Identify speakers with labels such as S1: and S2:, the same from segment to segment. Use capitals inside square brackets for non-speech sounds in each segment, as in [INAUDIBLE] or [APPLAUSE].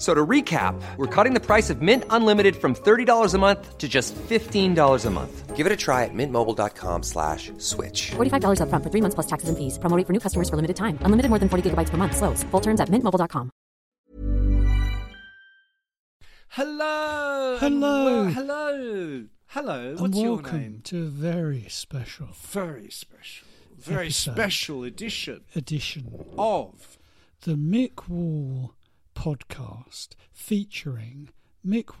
S1: So to recap, we're cutting the price of Mint Unlimited from $30 a month to just $15 a month. Give it a try at mintmobile.com slash switch.
S2: $45 upfront for three months plus taxes and fees. Promo rate for new customers for limited time. Unlimited more than 40 gigabytes per month. Slows. Full terms at mintmobile.com.
S3: Hello.
S4: Hello.
S3: and wel- hello. Hello. What's
S4: and
S3: your
S4: welcome
S3: name?
S4: to a very special
S3: Very special. Very
S4: Episode.
S3: special edition
S4: edition,
S3: of
S4: the Mick Wall podcast featuring Mick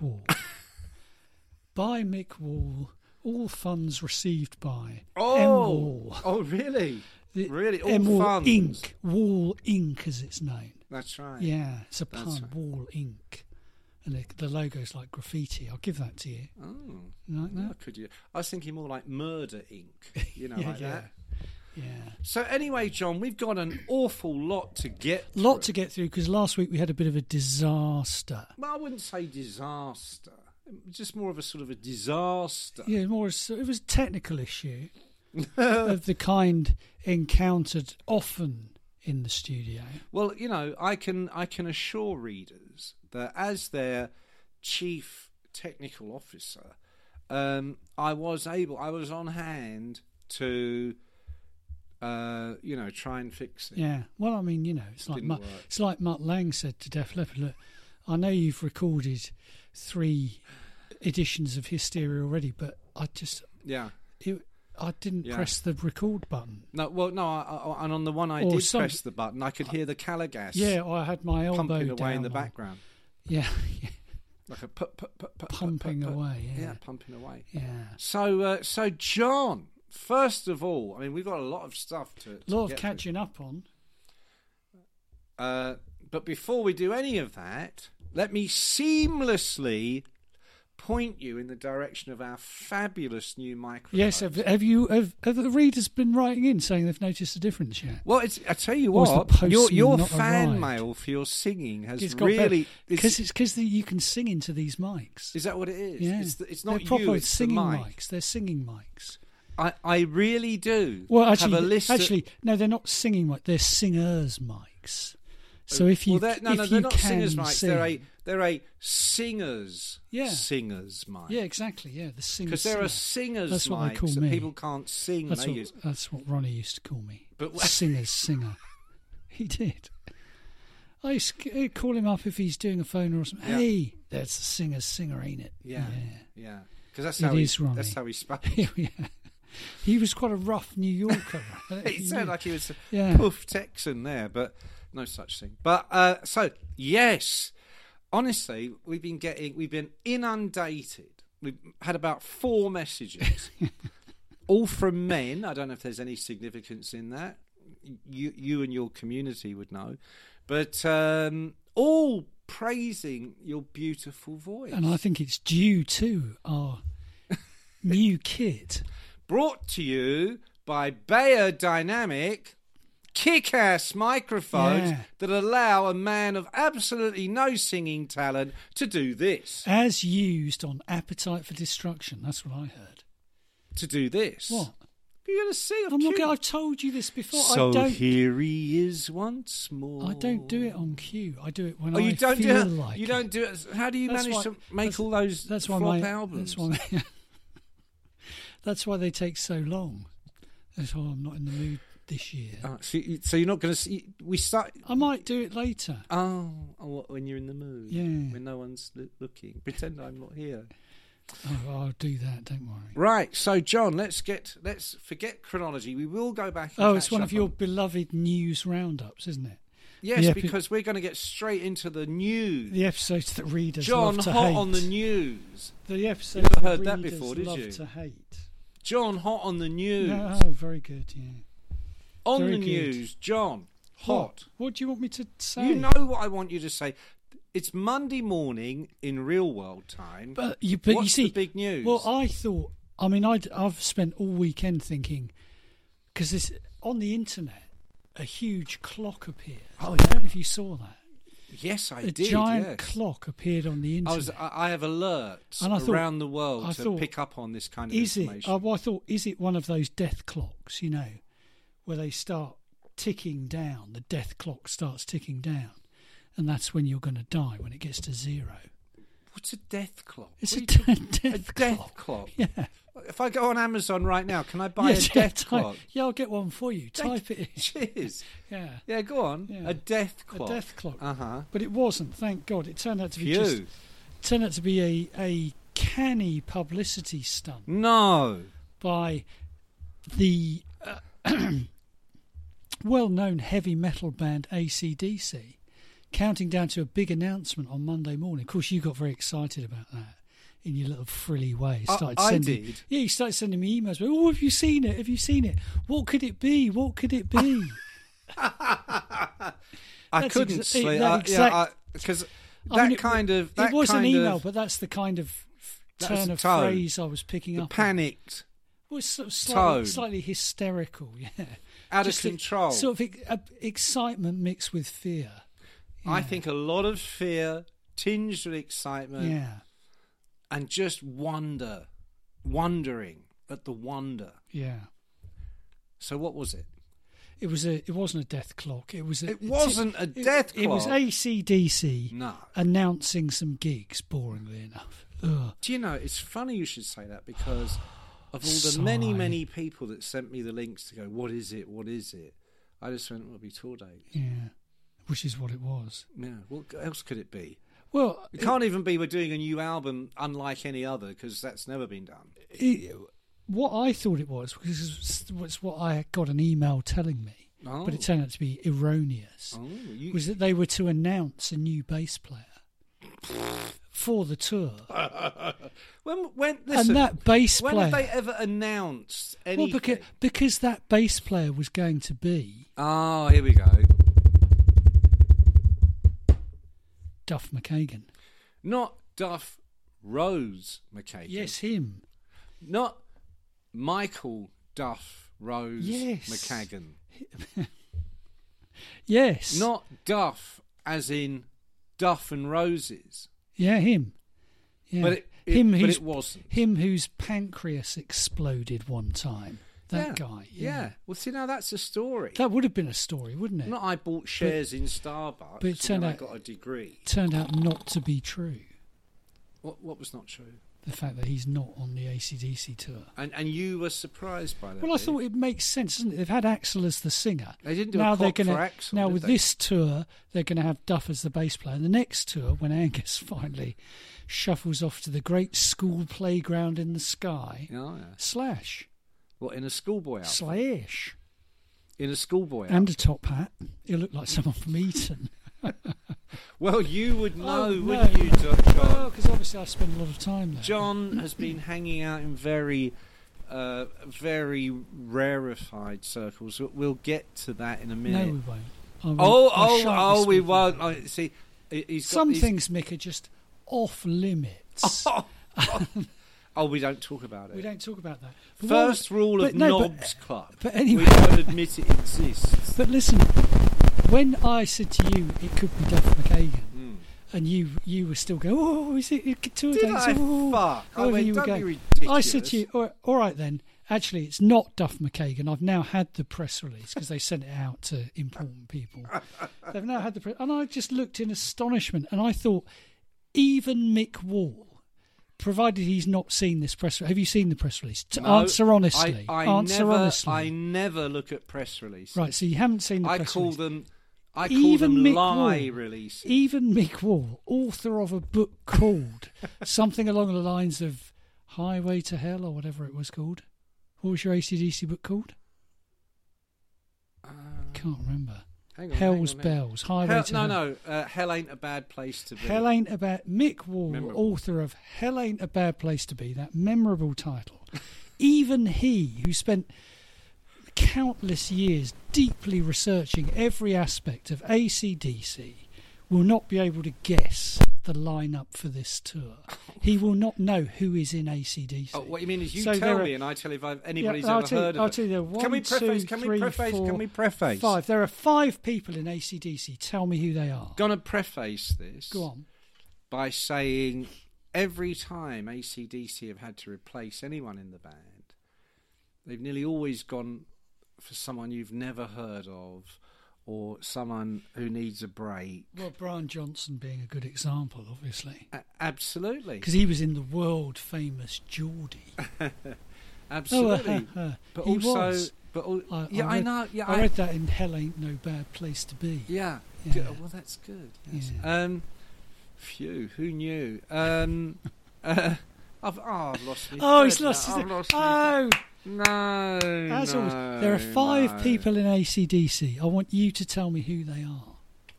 S3: [LAUGHS]
S4: Wall. by Mick Wall, all funds received by M Wall.
S3: Oh, really?
S4: The
S3: really? All
S4: M Wall
S3: funds.
S4: Inc. Wall Inc. is its name.
S3: That's right.
S4: Yeah, it's a
S3: That's
S4: pun.
S3: right.
S4: Wall Inc. And the, the logo's like graffiti. I'll give that to you.
S3: Oh,
S4: You like
S3: yeah,
S4: that?
S3: could you? I was thinking more like Murder Inc. You know,
S4: [LAUGHS] Yeah,
S3: like
S4: yeah.
S3: that.
S4: Yeah.
S3: So anyway, John, we've got an awful lot to get.
S4: Lot
S3: through.
S4: to get through because last week we had a bit of a disaster.
S3: Well, I wouldn't say disaster. Just more of a sort of a disaster.
S4: Yeah, more as- it was a
S3: [LAUGHS]
S4: technical issue of the kind encountered often in the studio.
S3: Well, you know, I can I can assure readers that as their chief technical officer, um, I was able, I was on hand to, uh, you know, try and fix it.
S4: Yeah. Well, I mean, you know, it's like
S3: Didn't
S4: Mutt,
S3: work.
S4: it's like Mutt Lang said to Def Leppard. Look, I know you've recorded three editions of Hysteria already, but I just
S3: Yeah.
S4: it, I didn't
S3: Yeah.
S4: press the record button.
S3: No, well, no, I, I, and on the one I
S4: Or
S3: did
S4: some-
S3: press the button, I could hear the calagas
S4: Yeah, I had my elbow
S3: pumping away
S4: down
S3: in the
S4: on-
S3: background,
S4: [LAUGHS] Yeah, yeah,
S3: like a pu- pu- pu- pu- pu-
S4: Pumping
S3: pu- pu-
S4: away, yeah.
S3: pumping away.
S4: yeah.
S3: So, uh, so John, first of all, I mean, we've got a lot of stuff to.
S4: A
S3: to
S4: lot of
S3: get through.
S4: catching up on.
S3: Uh, but before we do any of that, let me seamlessly point you in the direction of our fabulous new microphone.
S4: Yes, have, have you have, have the readers been writing in saying they've noticed a difference yet?
S3: well, it's, I tell you
S4: Or has the
S3: what, your,
S4: postman
S3: your
S4: not
S3: fan
S4: arrived?
S3: mail for your singing has
S4: It's got
S3: really.
S4: because it's because you can sing into these mics.
S3: is that what it is?
S4: yeah,
S3: It's, the, it's not
S4: They're proper
S3: you, it's
S4: singing
S3: the mic.
S4: mics. They're singing mics.
S3: I, I really do.
S4: Well, actually,
S3: have a list of-
S4: actually, no, they're not singing mics. They're singers' mics. So if you
S3: Oh, well, they're- no,
S4: if
S3: no,
S4: you
S3: they're not
S4: can
S3: singers' mics.
S4: sing,
S3: They're a they're a singers
S4: Yeah.
S3: singers mic.
S4: yeah, exactly, yeah, the singers.
S3: because there are
S4: singer.
S3: singers
S4: That's
S3: mics
S4: what they call
S3: that
S4: me.
S3: people can't sing.
S4: that's
S3: they
S4: what,
S3: use.
S4: that's what Ronnie used to call me.
S3: But-
S4: singers singer, [LAUGHS] he did. I used to call him up if he's doing a phone or something.
S3: Yeah.
S4: Hey, that's the singer's singer, ain't it?
S3: Yeah, yeah. Because that's
S4: It
S3: how he,
S4: is Ronnie.
S3: that's how he spoke.
S4: [LAUGHS]
S3: [LAUGHS]
S4: yeah. He was quite a rough New Yorker.
S3: it sounded like he was a
S4: Yeah.
S3: poof Texan there, but no such thing. But uh, so yes, honestly, we've been getting we've been inundated. We've had about four
S4: [LAUGHS]
S3: messages, all from men. I don't know if there's any significance in that. You you and your community would know, but um, all praising your beautiful voice.
S4: and I think it's due to our new kit.
S3: brought to you by Bayer Dynamic kick-ass microphones
S4: Yeah.
S3: that allow a man of absolutely no singing talent to do this
S4: As used on Appetite for Destruction. That's what I heard.
S3: to do this
S4: What?
S3: you're gonna see
S4: I'm not, gonna- I've told you this before.
S3: so
S4: I don't
S3: here he is once more
S4: I don't do it on cue. I do it when
S3: oh you
S4: I
S3: don't do
S4: feel
S3: it
S4: like
S3: you
S4: it.
S3: don't do it how do you
S4: That's
S3: manage
S4: why-
S3: to make
S4: that's-
S3: all those
S4: that's why
S3: flop
S4: my- [LAUGHS]
S3: albums
S4: That's why, that's why they take so long. That's why I'm not in the mood this year.
S3: Oh, so, you- so you're not gonna see we start
S4: I might do it later.
S3: Oh, oh, what, when you're in the mood,
S4: Yeah.
S3: when no one's loo- looking, pretend I'm not here.
S4: Oh, I'll do that. Don't worry.
S3: Right. So, John, let's get let's forget chronology. We will go back. And
S4: Oh, it's
S3: catch
S4: one
S3: up
S4: of your
S3: on-
S4: beloved news roundups, isn't it?
S3: yes,
S4: yeah, but-
S3: because we're going to get straight into the news.
S4: The episodes that readers
S3: John,
S4: love to
S3: hot
S4: hate.
S3: on the news.
S4: The episodes
S3: Never
S4: that
S3: heard that
S4: readers
S3: before, did
S4: love
S3: you?
S4: to hate.
S3: John, hot on the news.
S4: No, oh, very good. Yeah.
S3: on the
S4: very good.
S3: news, John, hot.
S4: What? What do you want me to say?
S3: You know what I want you to say. It's Monday morning in real world time.
S4: But you, but
S3: What's
S4: you
S3: the
S4: see,
S3: big news?
S4: Well, I thought. I mean, I'd, I've spent all weekend thinking because this on the internet, a huge clock appeared. Oh, I don't know if you saw that.
S3: yes, I
S4: a
S3: did.
S4: giant
S3: yes.
S4: clock appeared on the
S3: I
S4: internet.
S3: was. I I have alerts
S4: And I thought-
S3: around the world
S4: I
S3: to
S4: thought,
S3: pick up on this kind of
S4: is it?
S3: information.
S4: I, well, I thought, is it one of those death clocks? You know, where they start ticking down. The death clock starts ticking down, and that's when you're going to die when it gets to zero.
S3: What's a death clock?
S4: It's
S3: What are
S4: a,
S3: you
S4: de-
S3: talking-
S4: death,
S3: a death clock.
S4: Yeah.
S3: If I go on Amazon right now, can I buy
S4: [LAUGHS] yeah,
S3: a
S4: yeah,
S3: death
S4: type-
S3: clock?
S4: Yeah, I'll get one for you. Type it in.
S3: [LAUGHS] Cheers.
S4: Yeah.
S3: Yeah, go on.
S4: Yeah.
S3: A death clock.
S4: A death clock.
S3: Uh huh.
S4: But it wasn't, thank God. It turned out to be
S3: Phew.
S4: just turned out to be a, a canny publicity stunt
S3: No.
S4: by the uh, [CLEARS THROAT] well-known heavy metal band ACDC, counting down to a big announcement on Monday morning. Of course, you got very excited about that in your little frilly way.
S3: I-
S4: Started
S3: I
S4: sending,
S3: did.
S4: Yeah, you started sending me emails. Oh, have you seen it? Have you seen it? What could it be? What
S3: [LAUGHS]
S4: could it be?
S3: I
S4: That's
S3: couldn't
S4: exa-
S3: sleep.
S4: that
S3: I-
S4: exact-
S3: yeah, because that
S4: I mean, it-
S3: kind of that
S4: it was
S3: kind
S4: an email,
S3: of,
S4: but that's the kind of
S3: That was
S4: turn
S3: the
S4: of
S3: tone.
S4: phrase I was picking
S3: the
S4: up. on.
S3: panicked.
S4: It was sort of slightly,
S3: tone.
S4: slightly hysterical, [LAUGHS] yeah,
S3: Out of
S4: a-
S3: control.
S4: sort of e- uh, excitement mixed with fear.
S3: I think a lot of fear, tinged with excitement,
S4: Yeah,
S3: and just wonder, wondering at the wonder.
S4: yeah.
S3: So what was it?
S4: It was a. It wasn't a death clock. It was. A,
S3: It wasn't a death
S4: It, it was
S3: clock.
S4: ACDC
S3: No.
S4: announcing some gigs. Boringly enough. Ugh.
S3: Do you know? It's funny you should say that because of all the many,
S4: Sigh.
S3: many people that sent me the links to go, what is it? What is it? I just went, well, it'll be tour date.
S4: Yeah, which is what it was.
S3: Yeah. What else could it be?
S4: Well,
S3: It can't even be we're doing a new album unlike any other because that's never been done.
S4: it, what I thought it was because it's what I got an email telling me,
S3: Oh.
S4: but it turned out to be erroneous.
S3: Oh, you,
S4: Was that they were to announce a new
S3: [LAUGHS]
S4: bass player for the tour,
S3: when when listen,
S4: and that bass
S3: when
S4: player?
S3: have they ever announced
S4: well,
S3: anything?
S4: because because that bass player was going to be
S3: oh, here we go.
S4: Duff McKagan.
S3: Not Duff Rose McKagan.
S4: Yes, him.
S3: Not Michael Duff Rose
S4: Yes.
S3: McKagan.
S4: Yes.
S3: Not Duff as in Duff and Roses.
S4: Yeah, him. Yeah.
S3: But it- it-
S4: him
S3: but
S4: who's
S3: it wasn't.
S4: him whose pancreas exploded one time. That
S3: Yeah,
S4: guy.
S3: Well, see, now that's a story.
S4: That would have been a story, wouldn't it?
S3: Not I bought shares in Starbucks
S4: but it
S3: and
S4: turned
S3: then I
S4: out-
S3: got a degree.
S4: Turned out not to be true.
S3: What, what was not true?
S4: The fact that he's not on the ACDC tour.
S3: And and you were surprised by that.
S4: Well, I
S3: were you?
S4: thought it makes sense, doesn't it? They've had Axel as the singer.
S3: They didn't do a
S4: now
S3: clock
S4: they're gonna,
S3: for Axl,
S4: Now
S3: did
S4: with
S3: they?
S4: this tour, they're going to have Duff as the bass player. And the next tour, when Angus [LAUGHS] finally shuffles off to the great school playground in the sky,
S3: Yeah, oh, yeah.
S4: slash,
S3: What in a schoolboy outfit?
S4: slash,
S3: in a schoolboy outfit.
S4: and a top hat. He'll look like someone
S3: [LAUGHS]
S4: from Eton.
S3: Well, you would know,
S4: Oh, no.
S3: wouldn't you, John?
S4: Well, because obviously I spend a lot of time there.
S3: John has been hanging out in very, uh, very rarefied circles. We'll- We'll get to that in a
S4: no, we
S3: minute.
S4: won't. I won't.
S3: oh,
S4: I
S3: oh,
S4: shan't be
S3: oh, we
S4: speaking
S3: won't.
S4: about it.
S3: Oh, see, he- he's got
S4: Some
S3: these-
S4: things, Mick, are just off limits.
S3: [LAUGHS] Oh, we don't talk about it.
S4: We don't talk about that. But what-
S3: First rule
S4: but
S3: of
S4: no, but- uh,
S3: Knobs Club.
S4: but anyway-
S3: we don't admit it exists.
S4: But listen, when I said to you it could be Duff McKagan, and you you were still going, oh, is it it two
S3: Hmm. Did
S4: days?
S3: I?
S4: Oh,
S3: Fuck. I
S4: however
S3: went,
S4: you were
S3: "Don't be
S4: going." I said to you,
S3: ridiculous.
S4: all right, all right then, actually, it's not Duff McKagan. I've now had the press release because they sent it out to
S3: [LAUGHS]
S4: important people. They've now had the press, and I just looked in astonishment, and I thought, even Mick Wall. Provided he's not seen this press, have you seen the press release? To
S3: No,
S4: [LAUGHS] answer honestly,
S3: I, I
S4: answer
S3: never,
S4: honestly.
S3: I never look at press releases.
S4: right, so you haven't seen the
S3: I
S4: press
S3: call
S4: release.
S3: them. I call
S4: Even
S3: them
S4: Mick
S3: lie
S4: Wall,
S3: releases.
S4: Even Mick Wall, author of a book
S3: [LAUGHS]
S4: called something along the lines of Highway to Hell or whatever it was called. What was your ACDC book called? Can't remember.
S3: Um, Hang on,
S4: Hell's
S3: hang on, hang on.
S4: Bells. Highway
S3: Hell,
S4: to
S3: no,
S4: Hell.
S3: no. Uh, hell ain't a bad place to be.
S4: Hell Ain't About Mick Wall,
S3: Memorable.
S4: author of Hell Ain't a Bad Place to Be, that
S3: [LAUGHS]
S4: memorable title. Even he, who spent countless years deeply researching every aspect of ACDC, will not be able to guess the lineup for this tour. He will not know who is in ACDC.
S3: Oh, what you mean is you
S4: So
S3: tell
S4: there are-
S3: me, and I tell you if I've, anybody's
S4: I'll
S3: ever
S4: tell you-
S3: heard of
S4: I'll
S3: it.
S4: tell you there are one,
S3: can we preface?
S4: two,
S3: can we
S4: three,
S3: preface?
S4: four,
S3: can we preface?
S4: Five. There are five people in ACDC. Tell me who they are.
S3: Gonna preface this
S4: Go on.
S3: by saying every time ACDC have had to replace anyone in the band, they've nearly always gone for someone you've never heard of or someone who needs a break.
S4: Well, Brian Johnson being a good example, obviously,
S3: A- absolutely.
S4: because he was in the world
S3: [LAUGHS]
S4: famous Geordie.
S3: Absolutely.
S4: Oh, uh, uh,
S3: but
S4: he
S3: also,
S4: was.
S3: but al-
S4: I,
S3: yeah, I,
S4: read,
S3: know. Yeah,
S4: I, read that in Hell Ain't No Bad Place to Be.
S3: Yeah.
S4: Yeah.
S3: Good. Well, that's good. Yes. Um, phew. Who knew? Um, [LAUGHS] uh, I've, oh, I've lost me.
S4: Oh,
S3: thread
S4: he's
S3: now.
S4: lost. his
S3: I've lost me.
S4: oh,
S3: no.
S4: as
S3: no,
S4: always, there are five
S3: no.
S4: people in ACDC. I want you to tell me who they are.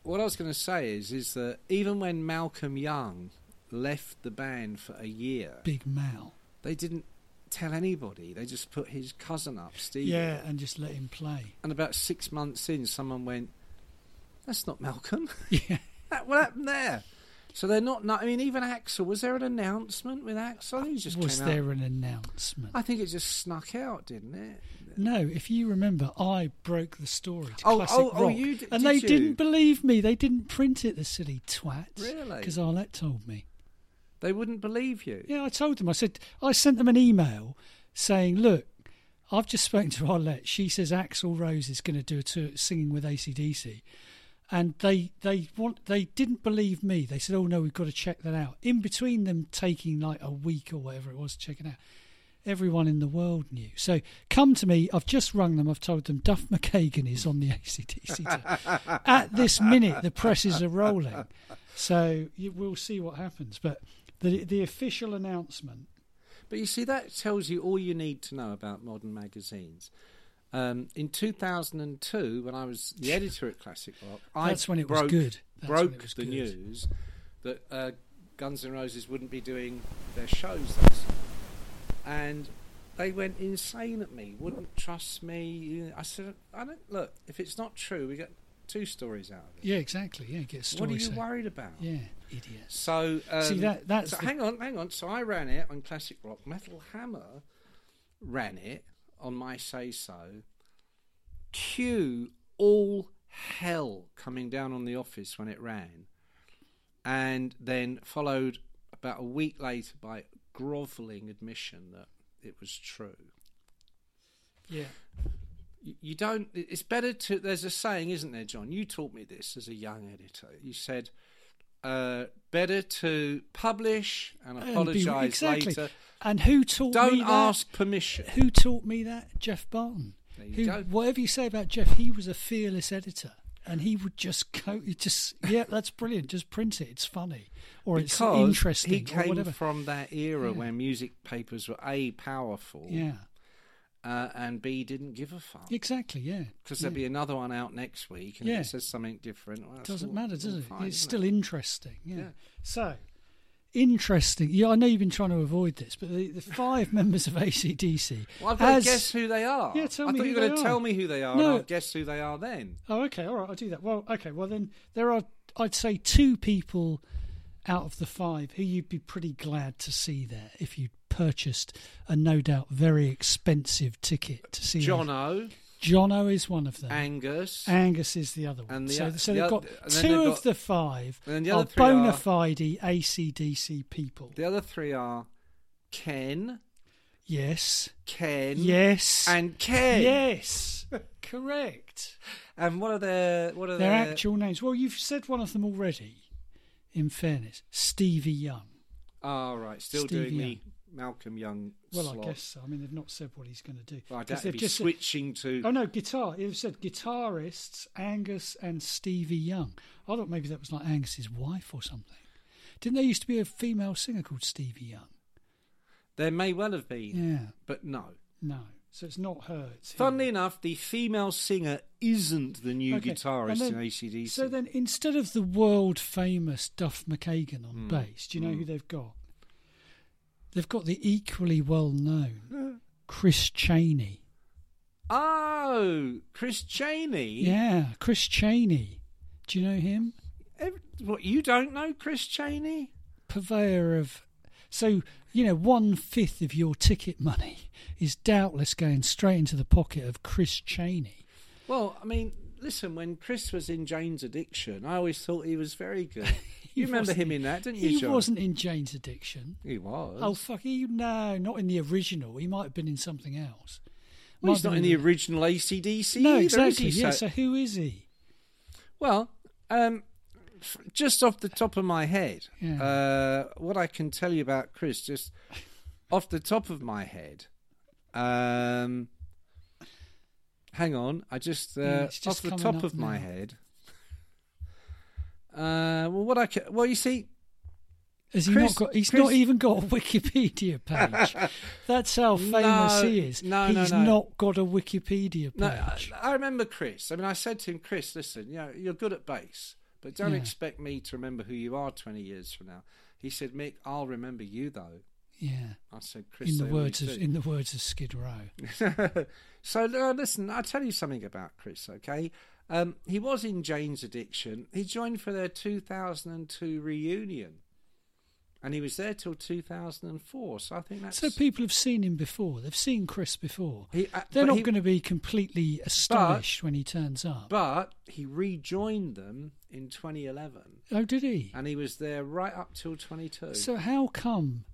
S3: What I was going to say is, is that even when Malcolm Young left the band for a year,
S4: Big Mal.
S3: they didn't tell anybody. They just put his cousin up, Steve.
S4: Yeah, and just let him play.
S3: And about six months in, someone went, "That's not
S4: [LAUGHS]
S3: Malcolm." [LAUGHS]
S4: Yeah.
S3: That, what happened there? So they're not, not. I mean, even Axel. Was there an announcement with Axel? I think it just
S4: Was
S3: came out.
S4: there an announcement?
S3: I think it just snuck out, didn't it?
S4: No, if you remember, I broke the story to
S3: Oh,
S4: classic
S3: oh, oh,
S4: rock,
S3: you d-
S4: and
S3: did
S4: they
S3: you?
S4: didn't believe me. They didn't print it, the silly twats.
S3: Really?
S4: Because Arlette told me.
S3: They wouldn't believe you.
S4: Yeah, I told them. I said I sent them an email saying, "Look, I've just spoken to Arlette. She says Axl Rose is going to do a tour singing with ACDC." And they they want they didn't believe me. They said, "Oh no, we've got to check that out." In between them taking like a week or whatever it was to check it out, everyone in the world knew. So come to me. I've just rung them. I've told them Duff McKagan is on the [LAUGHS] ACDC tour. At this minute, the presses are rolling. So you, we'll see what happens. But the the official announcement.
S3: But you see, that tells you all you need to know about modern magazines. Um, in 2002, when I was the editor at Classic Rock, I
S4: That's when it was
S3: broke,
S4: good. That's when it
S3: broke
S4: was
S3: the
S4: good.
S3: news that uh, Guns N' Roses wouldn't be doing their shows that summer. and they went insane at me. Wouldn't trust me. I said, I don't look. If it's not true, we got two stories out of it.
S4: Yeah, exactly. Yeah, get a story.
S3: what are you
S4: set.
S3: worried about?
S4: Yeah, idiots.
S3: So um,
S4: See, that- that's
S3: so
S4: the-
S3: hang on, hang on. So I ran it on classic rock. Metal Hammer ran it on my say so. Cue all hell coming down on the office when it ran, and then followed about a week later by grovelling admission that it was true.
S4: Yeah.
S3: You- you don't it's better to there's a saying isn't there john you taught me this as a young editor you said uh, better to publish and
S4: And be-
S3: apologize
S4: exactly.
S3: later
S4: And who taught me
S3: don't
S4: that?
S3: ask permission
S4: Who taught me that? Jeff Barton.
S3: There you
S4: who,
S3: go.
S4: Whatever you say about Jeff, he was a fearless editor, and he would just go. he Just yeah, that's brilliant. Just print it. It's funny, or
S3: because
S4: it's interesting,
S3: he
S4: or
S3: came
S4: whatever.
S3: from that era
S4: Yeah.
S3: where music papers were a powerful
S4: yeah,
S3: uh, and b didn't give a fuck
S4: exactly. Yeah,
S3: because
S4: yeah.
S3: there'll be another one out next week and
S4: Yeah.
S3: if it says something different well, that's
S4: doesn't
S3: all-
S4: matter, does
S3: all
S4: it?
S3: fine,
S4: it's
S3: isn't
S4: still interesting. Yeah.
S3: Yeah.
S4: So interesting. Yeah, I know you've been trying to avoid this, but the, the five [LAUGHS] members of ACDC.
S3: well, I've got
S4: as-
S3: to guess who they are.
S4: Yeah, tell
S3: I
S4: me
S3: thought
S4: who
S3: you were going
S4: they
S3: to
S4: are.
S3: tell me who they are,
S4: No.
S3: and I'll guess who they are then.
S4: Oh, okay, all right, I'll do that. Well, okay, well then there are, I'd say, two people out of the five who you'd be pretty glad to see there if you'd purchased a no doubt very expensive ticket to see.
S3: John
S4: them.
S3: O.
S4: Jono is one of them.
S3: Angus.
S4: Angus is the other one.
S3: And the
S4: so,
S3: o-
S4: so
S3: the
S4: they've
S3: oth-
S4: got
S3: and then
S4: two
S3: they've
S4: of
S3: got-
S4: the five
S3: and then the
S4: are
S3: other three are-
S4: bona fide ACDC people.
S3: the other three are Ken,
S4: Yes.
S3: Ken,
S4: Yes.
S3: and Ken.
S4: yes. [LAUGHS] Correct.
S3: And what are their what are
S4: Their
S3: their,
S4: actual names. Well, you've said one of them already, in fairness. Stevie Young.
S3: Oh right, still
S4: Stevie
S3: doing the Malcolm Young
S4: Well,
S3: slot.
S4: I guess so. I mean, they've not said what he's going to do.
S3: Well, I
S4: 'Cause
S3: doubt he'd
S4: they've
S3: be
S4: just said-
S3: switching to.
S4: oh no, guitar. They've said guitarists Angus and Stevie Young. I thought maybe that was like Angus's wife or something. Didn't there used to be a female singer called Stevie Young?
S3: There may well have been,
S4: Yeah.
S3: but no.
S4: No. So it's not her. It's him.
S3: Funnily enough, the female singer isn't the new
S4: Okay,
S3: guitarist
S4: and then-
S3: in ACDC.
S4: So then, instead of the world famous Duff McKagan on
S3: Hmm.
S4: bass, do you know who they've got? They've got the equally well known Chris Cheney.
S3: oh, Chris Cheney.
S4: Yeah, Chris Cheney. Do you know him?
S3: Ev- What you don't know, Chris Cheney?
S4: purveyor of. So, you know, one fifth of your ticket money [LAUGHS] is doubtless going straight into the pocket of Chris Cheney. [LAUGHS]
S3: Well, I mean, listen. When Chris was in Jane's Addiction, I always thought he was very
S4: [LAUGHS]
S3: good. you remember
S4: wasn't-
S3: him in that, didn't you?
S4: He
S3: John?
S4: wasn't in Jane's Addiction.
S3: He was.
S4: Oh, fuck you. No, not in the original. He might have been in something else.
S3: well,
S4: Might
S3: he's
S4: have
S3: not
S4: been
S3: in the original ACDC.
S4: No,
S3: either,
S4: exactly.
S3: Is he,
S4: Yeah,
S3: So-
S4: so who is he?
S3: Well, um, f- just off the top of my head,
S4: Yeah.
S3: uh, what I can tell you about Chris, just off the top of my head, um, hang on, I just, uh,
S4: Yeah, it's just
S3: off the
S4: coming
S3: top
S4: up
S3: of my
S4: now.
S3: head. Uh, well, what I ca well, you see,
S4: Has he
S3: Chris-
S4: not got, he's
S3: Chris-
S4: not even got
S3: [LAUGHS]
S4: a Wikipedia page. That's how famous he is.
S3: no, no,
S4: he's
S3: no.
S4: not got a Wikipedia page.
S3: no, I, I remember Chris. I mean, I said to him, Chris, listen, you know, you're good at bass, but don't
S4: Yeah.
S3: expect me to remember who you are 20 years from now. He said, Mick, I'll remember you though.
S4: yeah.
S3: I said, Chris,
S4: In the
S3: they always
S4: words of
S3: do."
S4: in the words of Skid Row.
S3: [LAUGHS] so uh, listen, I'll tell you something about Chris, okay? Um, he was in Jane's Addiction. He joined for their 2002 reunion, and he was there till 2004. So I think that's
S4: So people have seen him before. They've seen Chris before.
S3: He- uh,
S4: They're
S3: but
S4: not
S3: he-
S4: going to be completely astonished when he turns up.
S3: But he rejoined them in 2011,
S4: oh, did he?
S3: and he was there right up till 22.
S4: So how come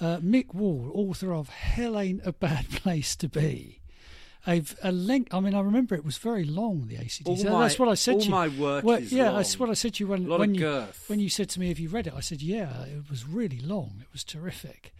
S4: uh, Mick Wall, author of Hell Ain't a Bad Place to Be, I've a length. I mean, I remember it was very long. The ACDC.
S3: All
S4: So
S3: my-
S4: that's what I said
S3: all
S4: to you.
S3: my work
S4: Well,
S3: is
S4: yeah,
S3: long.
S4: that's what I said to you when
S3: Lot of
S4: when you
S3: girth.
S4: when you said to me, "Have you read it?" I said, "Yeah, it was really long. It was terrific."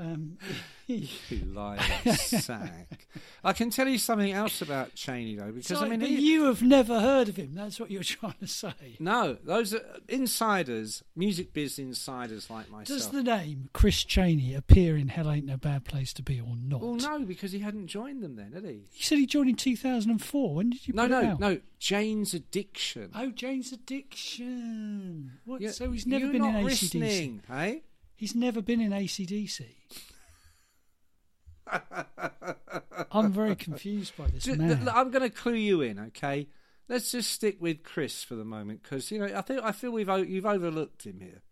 S4: Um,
S3: [LAUGHS] you liar
S4: [LAUGHS]
S3: sack. I can tell you something else about Cheney, though, because
S4: so,
S3: I mean,
S4: but
S3: he-
S4: you have never heard of him. That's what you're [LAUGHS] trying to say.
S3: No, those are insiders, music biz insiders like myself.
S4: Does the name Chris Cheney appear in Hell Ain't No Bad Place to Be or not?
S3: Well, no, because he hadn't joined them then, had he?
S4: You said he joined in 2004. When did you
S3: No,
S4: put it
S3: no,
S4: out?
S3: no. Jane's addiction.
S4: Oh, Jane's addiction. What?
S3: Yeah,
S4: so he's never
S3: you're
S4: been in
S3: not
S4: ACDC.
S3: listening, Hey,
S4: He's never been in ACDC. I'm very confused by this
S3: Ju- [LAUGHS]
S4: man.
S3: look, I'm going to clue you in, okay? Let's just stick with Chris for the moment because you know I think I feel we've o- you've overlooked him here.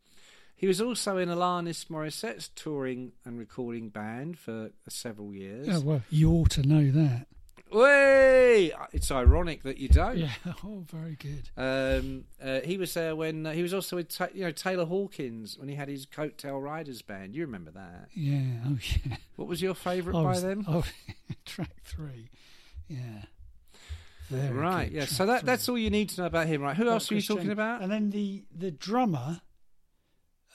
S3: He was also in Alanis Morissette's touring and recording band for uh, several years.
S4: oh, well, you ought to know that.
S3: Way, it's ironic that you don't.
S4: Yeah. [LAUGHS] Oh, very good.
S3: Um, uh, he was there when uh, he was also with Ta- you know Taylor Hawkins when he had his Coattail Riders band. You remember that?
S4: Yeah. Oh, yeah.
S3: What was your favourite
S4: I
S3: by
S4: was-
S3: them?
S4: [LAUGHS] oh, track three. Yeah. Very
S3: right,
S4: good,
S3: yeah.
S4: track
S3: So that
S4: three.
S3: that's all you need to know about him, right? Who
S4: Well,
S3: else were you
S4: Chris
S3: talking
S4: Cheney.
S3: about?
S4: And then the the drummer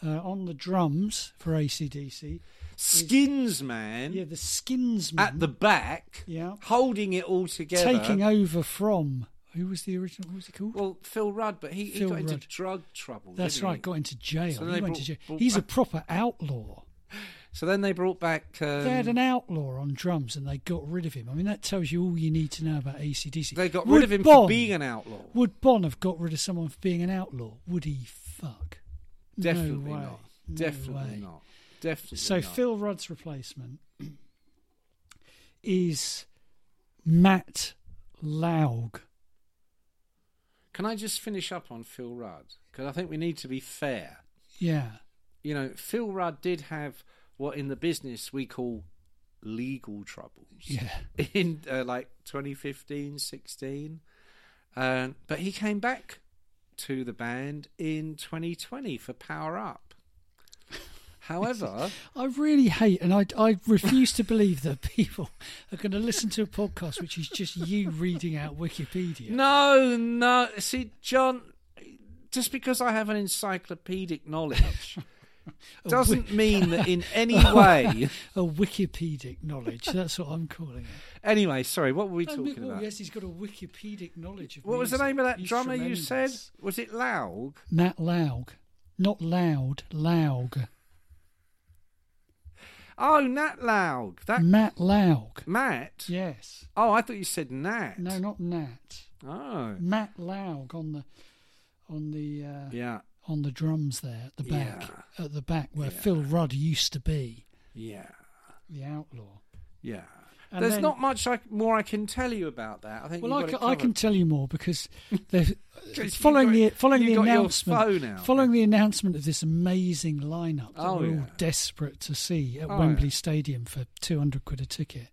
S4: uh, on the drums for ACDC.
S3: Skins man
S4: Yeah, the Skinsman.
S3: at the back,
S4: Yeah.
S3: holding it all together,
S4: taking over from who was the original? What was he called?
S3: Well, Phil Rudd, but he, he
S4: Phil
S3: got into
S4: Rudd.
S3: drug trouble.
S4: That's
S3: didn't
S4: right.
S3: he?
S4: Got into jail.
S3: So
S4: he
S3: they
S4: went
S3: brought-
S4: to jail.
S3: brought
S4: He's a
S3: back-
S4: proper outlaw.
S3: So then they brought back. Um,
S4: they had an outlaw on drums, and they got rid of him. I mean, that tells you all you need to know about ACDC.
S3: they got
S4: Would
S3: rid of him
S4: Bon-
S3: for being an outlaw.
S4: Would Bon have got rid of someone for being an outlaw? Would he? Fuck. No
S3: Definitely
S4: way.
S3: not.
S4: No
S3: Definitely
S4: way.
S3: not. Definitely.
S4: So
S3: not.
S4: Phil Rudd's replacement is Matt Laug.
S3: Can I just finish up on Phil Rudd? Because I think we need to be fair.
S4: Yeah.
S3: You know, Phil Rudd did have what in the business we call legal troubles
S4: Yeah.
S3: in uh, like 2015, 16. Um, but he came back to the band in 2020 for Power
S4: [LAUGHS]
S3: Up. However,
S4: I really hate, and I, I refuse to believe that people are going to listen to a podcast which is just you reading out Wikipedia.
S3: no, no. See, John, just because I have an encyclopedic
S4: [LAUGHS]
S3: knowledge doesn't mean that in any way.
S4: A Wikipedic knowledge, that's what I'm calling it.
S3: Anyway, sorry, what were we talking
S4: No, Mick Wall,
S3: about?
S4: oh, yes, he's got a Wikipedic knowledge of
S3: What was the
S4: music.
S3: name of that
S4: He's
S3: drummer
S4: tremendous.
S3: you said? Was it Laug?
S4: Matt Laug. Not loud, Laug.
S3: Oh, Nat Laug. That
S4: Matt Laug.
S3: Matt.
S4: Yes.
S3: Oh, I thought you said Nat.
S4: No, not Nat.
S3: Oh,
S4: Matt Laug on the on the uh,
S3: yeah,
S4: on the drums there at the back at the back where
S3: Yeah.
S4: Phil Rudd used to be
S3: yeah,
S4: the outlaw.
S3: yeah.
S4: And
S3: There's
S4: then-
S3: not much I, more I can tell you about that. I think
S4: Well,
S3: you've
S4: I
S3: got
S4: can,
S3: it
S4: I can
S3: covered.
S4: tell you
S3: [LAUGHS]
S4: more because the-
S3: 'Cause
S4: following
S3: you
S4: the
S3: got-
S4: following
S3: you
S4: the
S3: got your
S4: announcement,
S3: phone out.
S4: following the announcement of this amazing lineup that
S3: Oh,
S4: we're all
S3: yeah.
S4: desperate to see at
S3: Oh,
S4: Wembley
S3: yeah.
S4: Stadium for two hundred quid a ticket.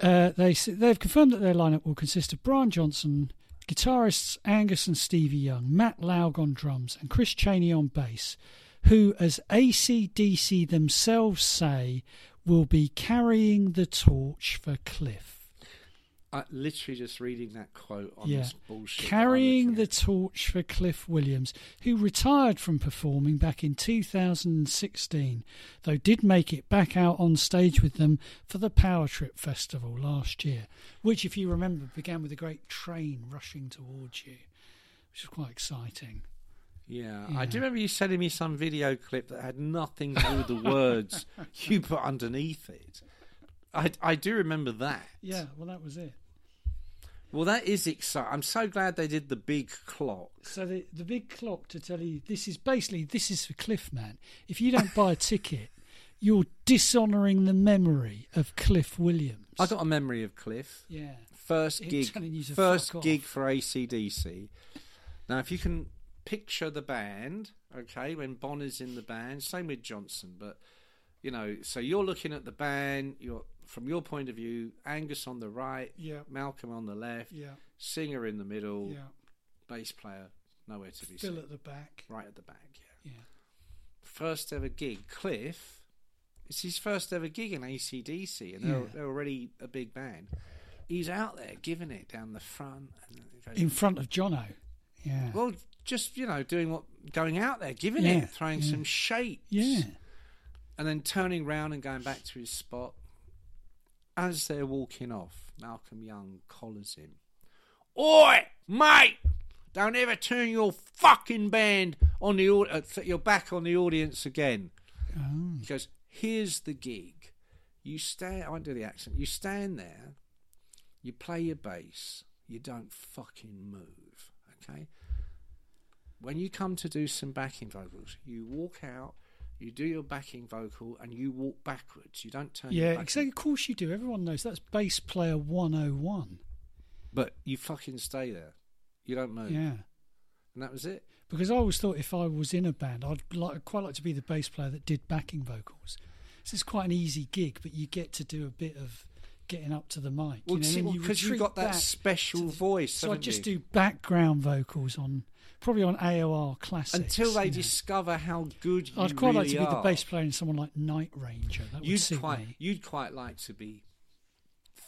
S4: Uh, they s- they've confirmed that their lineup will consist of Brian Johnson, guitarists Angus and Stevie Young, Matt Laug on drums, and Chris Cheney on bass, who, as ACDC themselves say, will be carrying the torch for Cliff.
S3: I, literally just reading that quote on
S4: Yeah.
S3: this bullshit. that I'm
S4: Carrying
S3: looking
S4: the
S3: at.
S4: torch for Cliff Williams, who retired from performing back in 2016, though did make it back out on stage with them for the Power Trip Festival last year, which, if you remember, began with a great train rushing towards you, which was quite exciting.
S3: Yeah, I do remember you sending me some video clip that had nothing to do with
S4: [LAUGHS]
S3: the words you put underneath it. I, I do remember that.
S4: Yeah, well, that was it.
S3: Well, that is exciting. I'm so glad they did the big clock.
S4: So the the big clock to tell you this is basically this is for Cliff Man. If you don't buy a ticket, you're dishonouring the memory of Cliff Williams.
S3: I got a memory of Cliff.
S4: yeah.
S3: First
S4: Him
S3: gig,
S4: telling you to
S3: first
S4: fuck
S3: gig
S4: off.
S3: for ACDC. Now, if you can picture the band, okay, when Bonner's in the band, same with Johnson, but you know, so you're looking at the band. You're from your point of view, Angus on the right,
S4: Yeah.
S3: Malcolm on the left,
S4: Yeah.
S3: singer in the middle,
S4: Yeah.
S3: bass player nowhere to be
S4: Still
S3: seen,
S4: at the back.
S3: right at the back. Yeah.
S4: Yeah.
S3: First ever gig, Cliff. It's his first ever gig in ACDC, and they're,
S4: Yeah.
S3: they're already a big band. He's out there giving it down the front. And goes,
S4: In front of Jono. Yeah.
S3: well, just you know, doing what, going out there, giving
S4: Yeah,
S3: it, throwing
S4: yeah.
S3: some shapes,
S4: yeah.
S3: and then turning round and going back to his spot. As they're walking off, Malcolm Young collars him. Oi, mate! Don't ever turn your fucking band on the au- uh, th- your back on the audience again.
S4: Oh.
S3: He goes, "Here's the gig. You stand. I won't do the accent. You stand there. You play your bass. You don't fucking move. Okay. When you come to do some backing vocals, you walk out. You do your backing vocal and you walk backwards. You don't turn. your
S4: Yeah,
S3: back-
S4: exactly. Of course you do. Everyone knows that's bass player 101.
S3: But you fucking stay there. You don't move.
S4: Yeah.
S3: And that was it.
S4: Because I always thought if I was in a band, I'd like, quite like to be the bass player that did backing vocals. This is quite an easy gig, but you get to do a bit of getting up to the mic.
S3: Well,
S4: you know,
S3: see,
S4: and
S3: well,
S4: you
S3: 'cause you've
S4: retreat
S3: got that
S4: back
S3: special
S4: to
S3: voice,
S4: So I
S3: haven't
S4: just
S3: you?
S4: do background vocals on probably on AOR classics
S3: Until they
S4: you know.
S3: discover how good you
S4: I'd quite like
S3: really
S4: to be the
S3: are.
S4: bass player in someone like Night Ranger. That would
S3: You'd
S4: suit
S3: quite,
S4: me.
S3: you'd quite like to be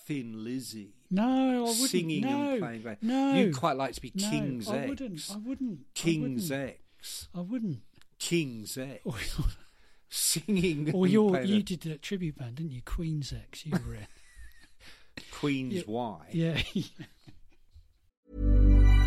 S3: Thin Lizzy,
S4: No, I wouldn't.
S3: singing
S4: no,
S3: and playing. ba-
S4: No,
S3: you'd quite like to be
S4: no,
S3: King's
S4: I
S3: X.
S4: wouldn't. I wouldn't.
S3: King's
S4: I wouldn't.
S3: X. [LAUGHS]
S4: I wouldn't.
S3: King's X.
S4: Or,
S3: Singing.
S4: Oh. or
S3: and
S4: your,
S3: playing
S4: you
S3: the
S4: did that tribute band, didn't you? Queen's X. You
S3: [LAUGHS]
S4: were in.
S3: Queen's
S4: yeah.
S3: Y.
S4: yeah. [LAUGHS]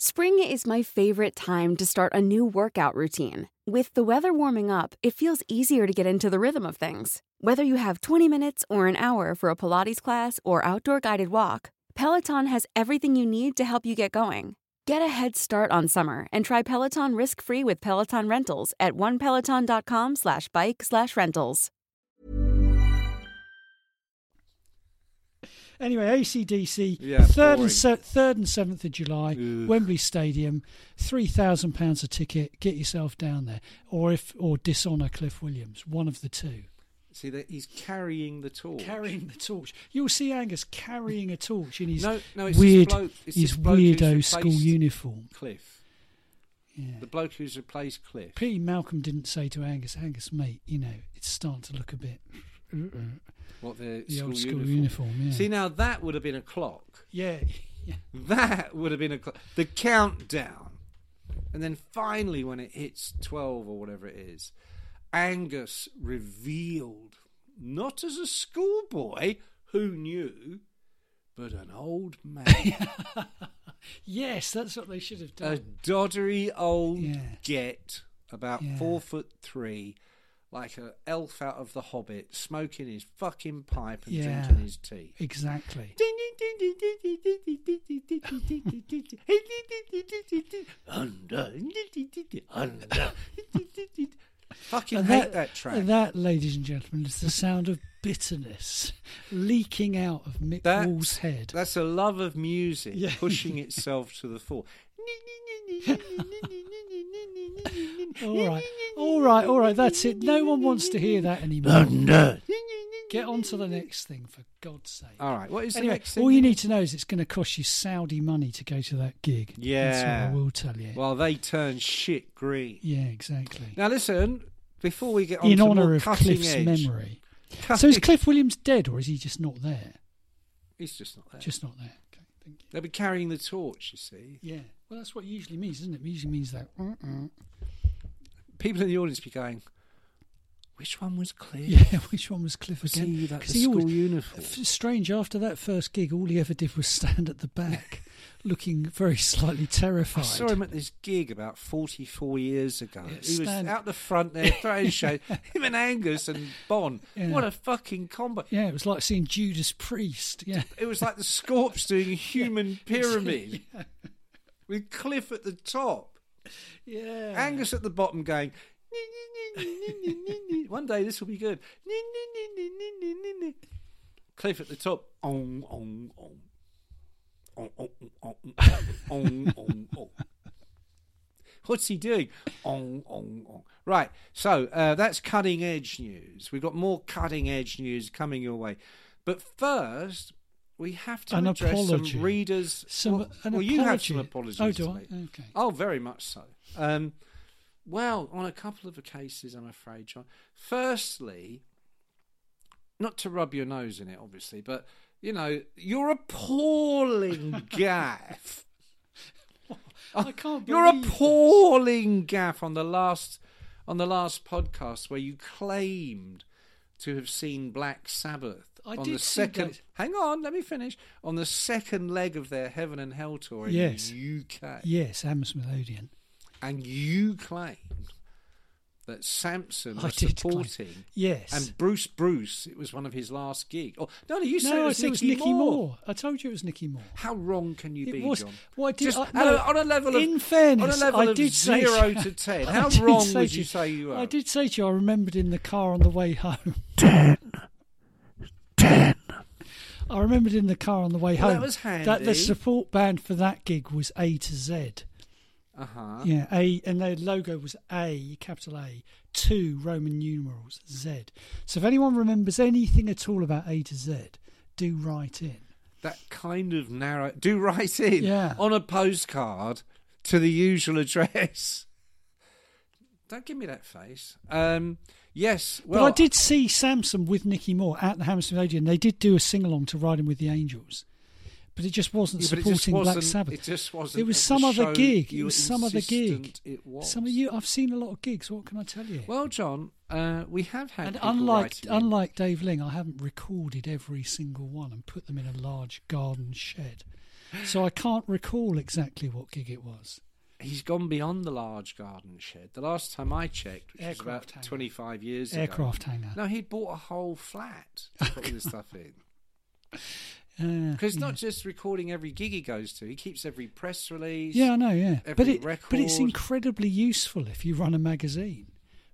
S5: Spring is my favorite time to start a new workout routine. With the weather warming up, it feels easier to get into the rhythm of things. Whether you have 20 minutes or an hour for a Pilates class or outdoor guided walk, Peloton has everything you need to help you get going. Get a head start on summer and try Peloton risk-free with Peloton Rentals at onepeloton.com slash bike slash rentals.
S4: Anyway, ACDC,
S3: Yeah,
S4: third
S3: boring.
S4: and se- third and seventh of July, Wembley Stadium, three thousand pounds a ticket. Get yourself down there, or if or dishonour Cliff Williams, one of the two.
S3: See that he's carrying the torch.
S4: Carrying the torch, you'll see Angus carrying a torch in his
S3: No, no, it's this
S4: weird,
S3: bloke- it's
S4: his
S3: this bloke who's
S4: weirdo school
S3: replaced-
S4: uniform.
S3: Cliff,
S4: Yeah.
S3: the bloke who's replaced Cliff.
S4: P. Malcolm didn't say to Angus, Angus, mate, you know, it's starting to look a bit
S3: What the,
S4: the
S3: school
S4: old school
S3: uniform.
S4: uniform. yeah.
S3: See now that would have been a clock.
S4: yeah, [LAUGHS] yeah,
S3: That would have been a cl- the countdown, and then finally, when it hits twelve or whatever it is, Angus revealed not as a schoolboy who knew, but an old [LAUGHS] man,
S4: Yes, that's what they should have
S3: a
S4: done.
S3: doddery old
S4: Yeah.
S3: get, about
S4: Yeah.
S3: four foot three, like an elf out of The Hobbit, smoking his fucking pipe and
S4: Yeah.
S3: drinking his tea. [LAUGHS]
S4: exactly.
S3: Fucking
S4: And
S3: hate that track.
S4: That, ladies and gentlemen, is the sound of bitterness leaking out of Mick
S3: That-
S4: Wall's head.
S3: That's a love of music
S4: Yeah. [LAUGHS]
S3: pushing itself to the fore.
S4: All right, all right, all right. That's it. No one wants to hear that
S3: Oh,
S4: anymore. Get on to the next thing, for God's sake.
S3: All right, what is Uh, the
S4: anyway,
S3: next
S4: all
S3: thing?
S4: you need to know is it's going to cost you Saudi money to go to that gig. That's
S3: Yeah.
S4: what I will tell you.
S3: Well, they turn shit green.
S4: yeah, exactly.
S3: Now, listen, before we get on
S4: In
S3: to more
S4: honour of
S3: cutting
S4: Cliff's
S3: edge,
S4: memory. So
S3: cutting-
S4: is Cliff Williams dead, or is he just not there?
S3: He's just not there.
S4: Just not there. Okay, thank you.
S3: They'll be carrying the torch, you see.
S4: Yeah. Well, that's what it usually means, isn't it? It usually means that. Mm-mm.
S3: People in the audience be going, which one was clear?
S4: Yeah, [LAUGHS] which one was Cliff
S3: Was
S4: again?
S3: he like
S4: 'Cause
S3: the
S4: he always-
S3: school uniform?
S4: f- strange. After that first gig, all he ever did was stand at
S3: [LAUGHS]
S4: the back, looking very slightly terrified.
S3: I saw him at this gig about 44 years ago.
S4: Yeah,
S3: he was
S4: stand-
S3: out the front there
S4: [LAUGHS]
S3: throwing shade. Him and Angus and Bon.
S4: Yeah.
S3: What a fucking combo.
S4: Yeah, it was like seeing Judas Priest. Yeah.
S3: It was like the Scorps
S4: [LAUGHS]
S3: doing a human pyramid with Cliff at the top,
S4: Yeah.
S3: Angus at the bottom going, one day this will be good. Cliff at the top, on, on, on. On, on, on, on, on, on. What's he doing? Ong, ong, ong. Right, so uh, that's cutting edge news. We've got more cutting edge news coming your way. But first, we have to
S4: An
S3: address
S4: apology.
S3: some readers.
S4: Some-
S3: well,
S4: an
S3: well, you have some
S4: apology.
S3: apologies.
S4: Oh, do
S3: to
S4: I?
S3: make.
S4: Okay.
S3: Oh, very much so. Um, well, on a couple of cases, I'm afraid, John. Firstly, not to rub your nose in it, obviously, but you know, your appalling [LAUGHS] gaff. oh,
S4: I can't
S3: Your
S4: believe this.
S3: appalling gaff on the last on the last podcast where you claimed to have seen Black Sabbath
S4: I
S3: on
S4: did
S3: the
S4: see
S3: second.
S4: that.
S3: Hang on, let me finish. On the second leg of their Heaven and Hell tour in
S4: Yes.
S3: the UK,
S4: Yes, Hammersmith Odeon.
S3: and you claimed that Samson
S4: I
S3: was
S4: did claim-
S3: supporting.
S4: Yes.
S3: And Bruce Bruce, it was one of his last gigs. Oh no, no, you said
S4: no,
S3: it
S4: I
S3: was
S4: said it was
S3: Nicky
S4: Nicky
S3: Moore.
S4: Moore. I told you it was Nicky Moore.
S3: How wrong can you
S4: It
S3: be,
S4: was-
S3: John?
S4: well, I did-
S3: Just
S4: I-
S3: on, a,
S4: no,
S3: on a level of
S4: in fairness,
S3: on a level
S4: I
S3: of
S4: did say
S3: zero
S4: to-
S3: to ten.
S4: I
S3: How
S4: did
S3: wrong
S4: say
S3: would
S4: to
S3: you say you are?
S4: I did say to you, I remembered in the car on the way home. Ten. I remembered in the car on the way
S3: Well, that
S4: home
S3: was
S4: that
S3: handy.
S4: the support band for that gig was A to Z.
S3: Uh huh.
S4: Yeah, A, and their logo was A, capital A, two Roman numerals, Z. So if anyone remembers anything at all about A to Z, do write in.
S3: That kind of narrow. Do write in
S4: Yeah.
S3: on a postcard to the usual address. [LAUGHS] Don't give me that face. Um, yes. Well,
S4: but I did see Samson with Nicky Moore at the Hammersmith Odeon. They did do a sing along to Riding with the Angels, but it just wasn't
S3: Yeah, but it
S4: supporting
S3: just
S4: Black
S3: wasn't-
S4: Sabbath.
S3: it just wasn't
S4: It was
S3: the
S4: some other
S3: show
S4: gig. It
S3: you
S4: was some other gig.
S3: insistent it was.
S4: Some of you, I've seen a lot of gigs. What can I tell you?
S3: Well, John, uh, we have had.
S4: and
S3: people
S4: unlike
S3: writing in.
S4: unlike Dave Ling, I haven't recorded every single one and put them in a large garden shed, so I can't recall exactly what gig it was.
S3: he's gone beyond the large garden shed. The last time I checked, which was
S4: Aircraft
S3: about
S4: hangar.
S3: 25 years
S4: Aircraft
S3: ago.
S4: hangar.
S3: No, he'd bought a whole flat to put all this stuff in.
S4: Uh,
S3: Because it's
S4: yeah.
S3: not just recording every gig he goes to, he keeps every press release.
S4: Yeah, I know. Yeah, but
S3: every
S4: it but it's
S3: record.
S4: incredibly useful if you run a magazine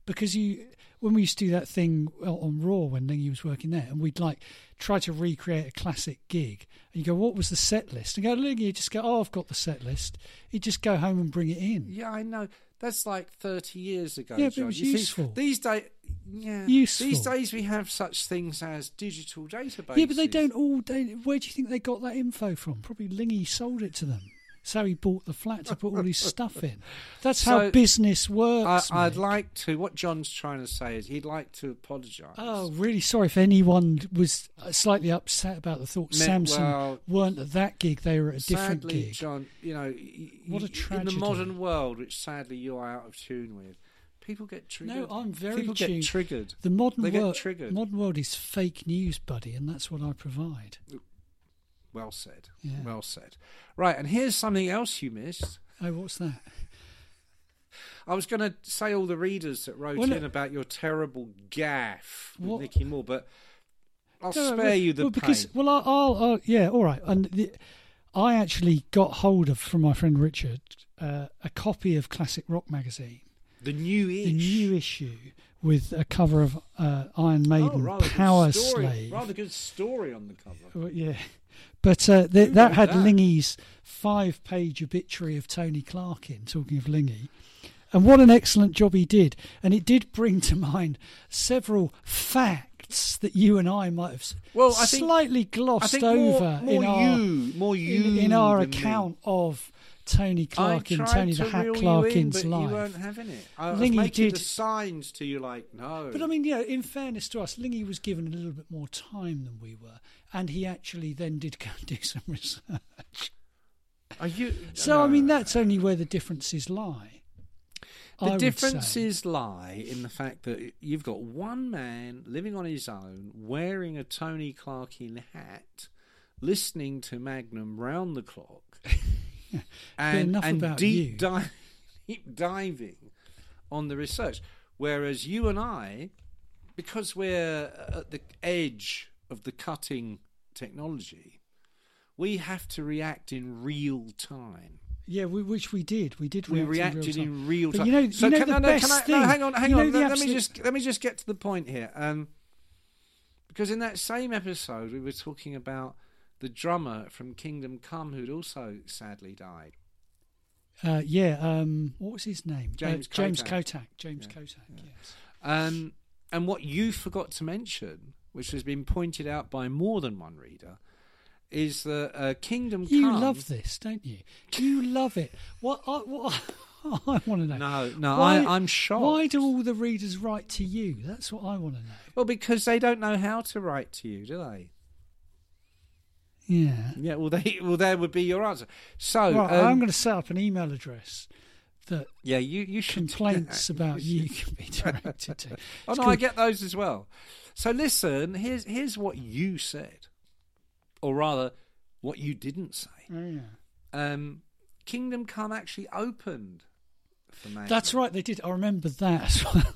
S4: because you when we used to do that thing on Raw when Lingy was working there, and we'd like try to recreate a classic gig, and you go, "What was the set list?" And you go, Lingy, you just go, "Oh, I've got the set list." You just go home and bring it in.
S3: Yeah, I know. That's like 30 years ago.
S4: Yeah, but it
S3: John.
S4: was
S3: You see,
S4: useful.
S3: these days. Yeah,
S4: Useful.
S3: These days we have such things as digital databases.
S4: Yeah, but they don't all. They, where do you think they got that info from? Probably Lingy sold it to them. So he bought the flat to put all his stuff in. That's how
S3: So,
S4: business
S3: I,
S4: works.
S3: I'd
S4: mate.
S3: like to. What John's trying to say is he'd like to apologise.
S4: Oh, really sorry if anyone was slightly upset about the thought
S3: Me-
S4: Samson
S3: well,
S4: weren't at that gig, they were at a different
S3: sadly,
S4: gig.
S3: John, you know, y-
S4: What a
S3: y- in
S4: tragedy.
S3: the modern world, which sadly you are out of tune with, People get triggered.
S4: No, I'm very
S3: People
S4: tuned.
S3: get triggered.
S4: The modern
S3: they get
S4: world,
S3: triggered.
S4: modern world is fake news, buddy, and that's what I provide.
S3: well said.
S4: Yeah.
S3: Well said. Right, and here's something else you missed.
S4: Oh, what's that?
S3: I was going to say all the readers that wrote
S4: Well,
S3: in
S4: no-
S3: about your terrible gaff with
S4: What-
S3: Nicky Moore, but I'll
S4: No,
S3: spare
S4: well,
S3: you the
S4: well, because,
S3: pain.
S4: Well, I'll, I'll, I'll yeah, all right. And the, I actually got hold of from my friend Richard uh, a copy of Classic Rock magazine,
S3: the new ish.
S4: the new issue with a cover of uh, Iron
S3: oh,
S4: Maiden,
S3: rather
S4: Power
S3: good story,
S4: Slave.
S3: Rather good story on the cover.
S4: Well, yeah, but uh, th-
S3: Who
S4: that
S3: wrote
S4: had
S3: that?
S4: Lingy's five-page obituary of Tony Clark in. Talking of Lingy. And what an excellent job he did. And it did bring to mind several facts that you and I might have s-
S3: Well, I think-
S4: slightly glossed
S3: I think more,
S4: over
S3: more
S4: in
S3: you,
S4: our
S3: more you
S4: in, in our
S3: than me.
S4: account of Tony Clark
S3: I
S4: and
S3: tried
S4: Tony the
S3: to
S4: Hat
S3: reel you in,
S4: Clarkin's
S3: but
S4: life.
S3: You weren't having it. I, was
S4: Lingy
S3: making
S4: did-
S3: the signs to you like no.
S4: But I mean, you know, in fairness to us, Lingy was given a little bit more time than we were, and he actually then did go and do some research.
S3: are you?
S4: So I mean,
S3: no.
S4: that's only where the differences lie. I
S3: The
S4: would say.
S3: differences lie in the fact that you've got one man living on his own, wearing a Tony Clarkin hat, listening to Magnum round the
S4: [LAUGHS]
S3: clock, and,
S4: enough
S3: and
S4: about
S3: deep,
S4: you.
S3: Di- [LAUGHS] deep diving on the research. Whereas you and I, because we're at the edge of the cutting technology, we have to react in real time.
S4: Yeah, we, which we did. We did.
S3: We
S4: react
S3: reacted
S4: in
S3: in real
S4: real time. But
S3: time.
S4: you know,
S3: so
S4: you know
S3: can,
S4: the
S3: no, no,
S4: best
S3: can I,
S4: thing.
S3: No, hang on, hang
S4: you
S3: on.
S4: know the
S3: Let, let me
S4: absolute-
S3: just let me just get to the point here. Um, because in that same episode, we were talking about the drummer from Kingdom Come who'd also sadly died.
S4: Uh, yeah. Um, what was his name?
S3: James
S4: uh, James
S3: Kotak.
S4: Kotak. James Kotak. Yes.
S3: Um, and what you forgot to mention, which has been pointed out by more than one reader, is that uh, Kingdom
S4: You
S3: Come.
S4: love this, don't you? You love it. What I, what I [LAUGHS] want to know.
S3: No, no, I- I'm shocked.
S4: Why do all the readers write to you? That's what I want to know.
S3: Well, because they don't know how to write to you, do they?
S4: Yeah.
S3: Yeah. Well, they well, there would be your answer. So
S4: right,
S3: um,
S4: I'm going to set up an email address that
S3: Yeah, you you should do
S4: complaints
S3: that.
S4: about you [LAUGHS] can be directed to.
S3: [LAUGHS] Oh
S4: It's
S3: no, I
S4: called-
S3: get those as well. So listen, here's here's what you said, or rather, what you didn't say.
S4: Oh, yeah.
S3: Um, Kingdom Come actually opened for Magnum.
S4: That's right, they did. I remember that as well. [LAUGHS]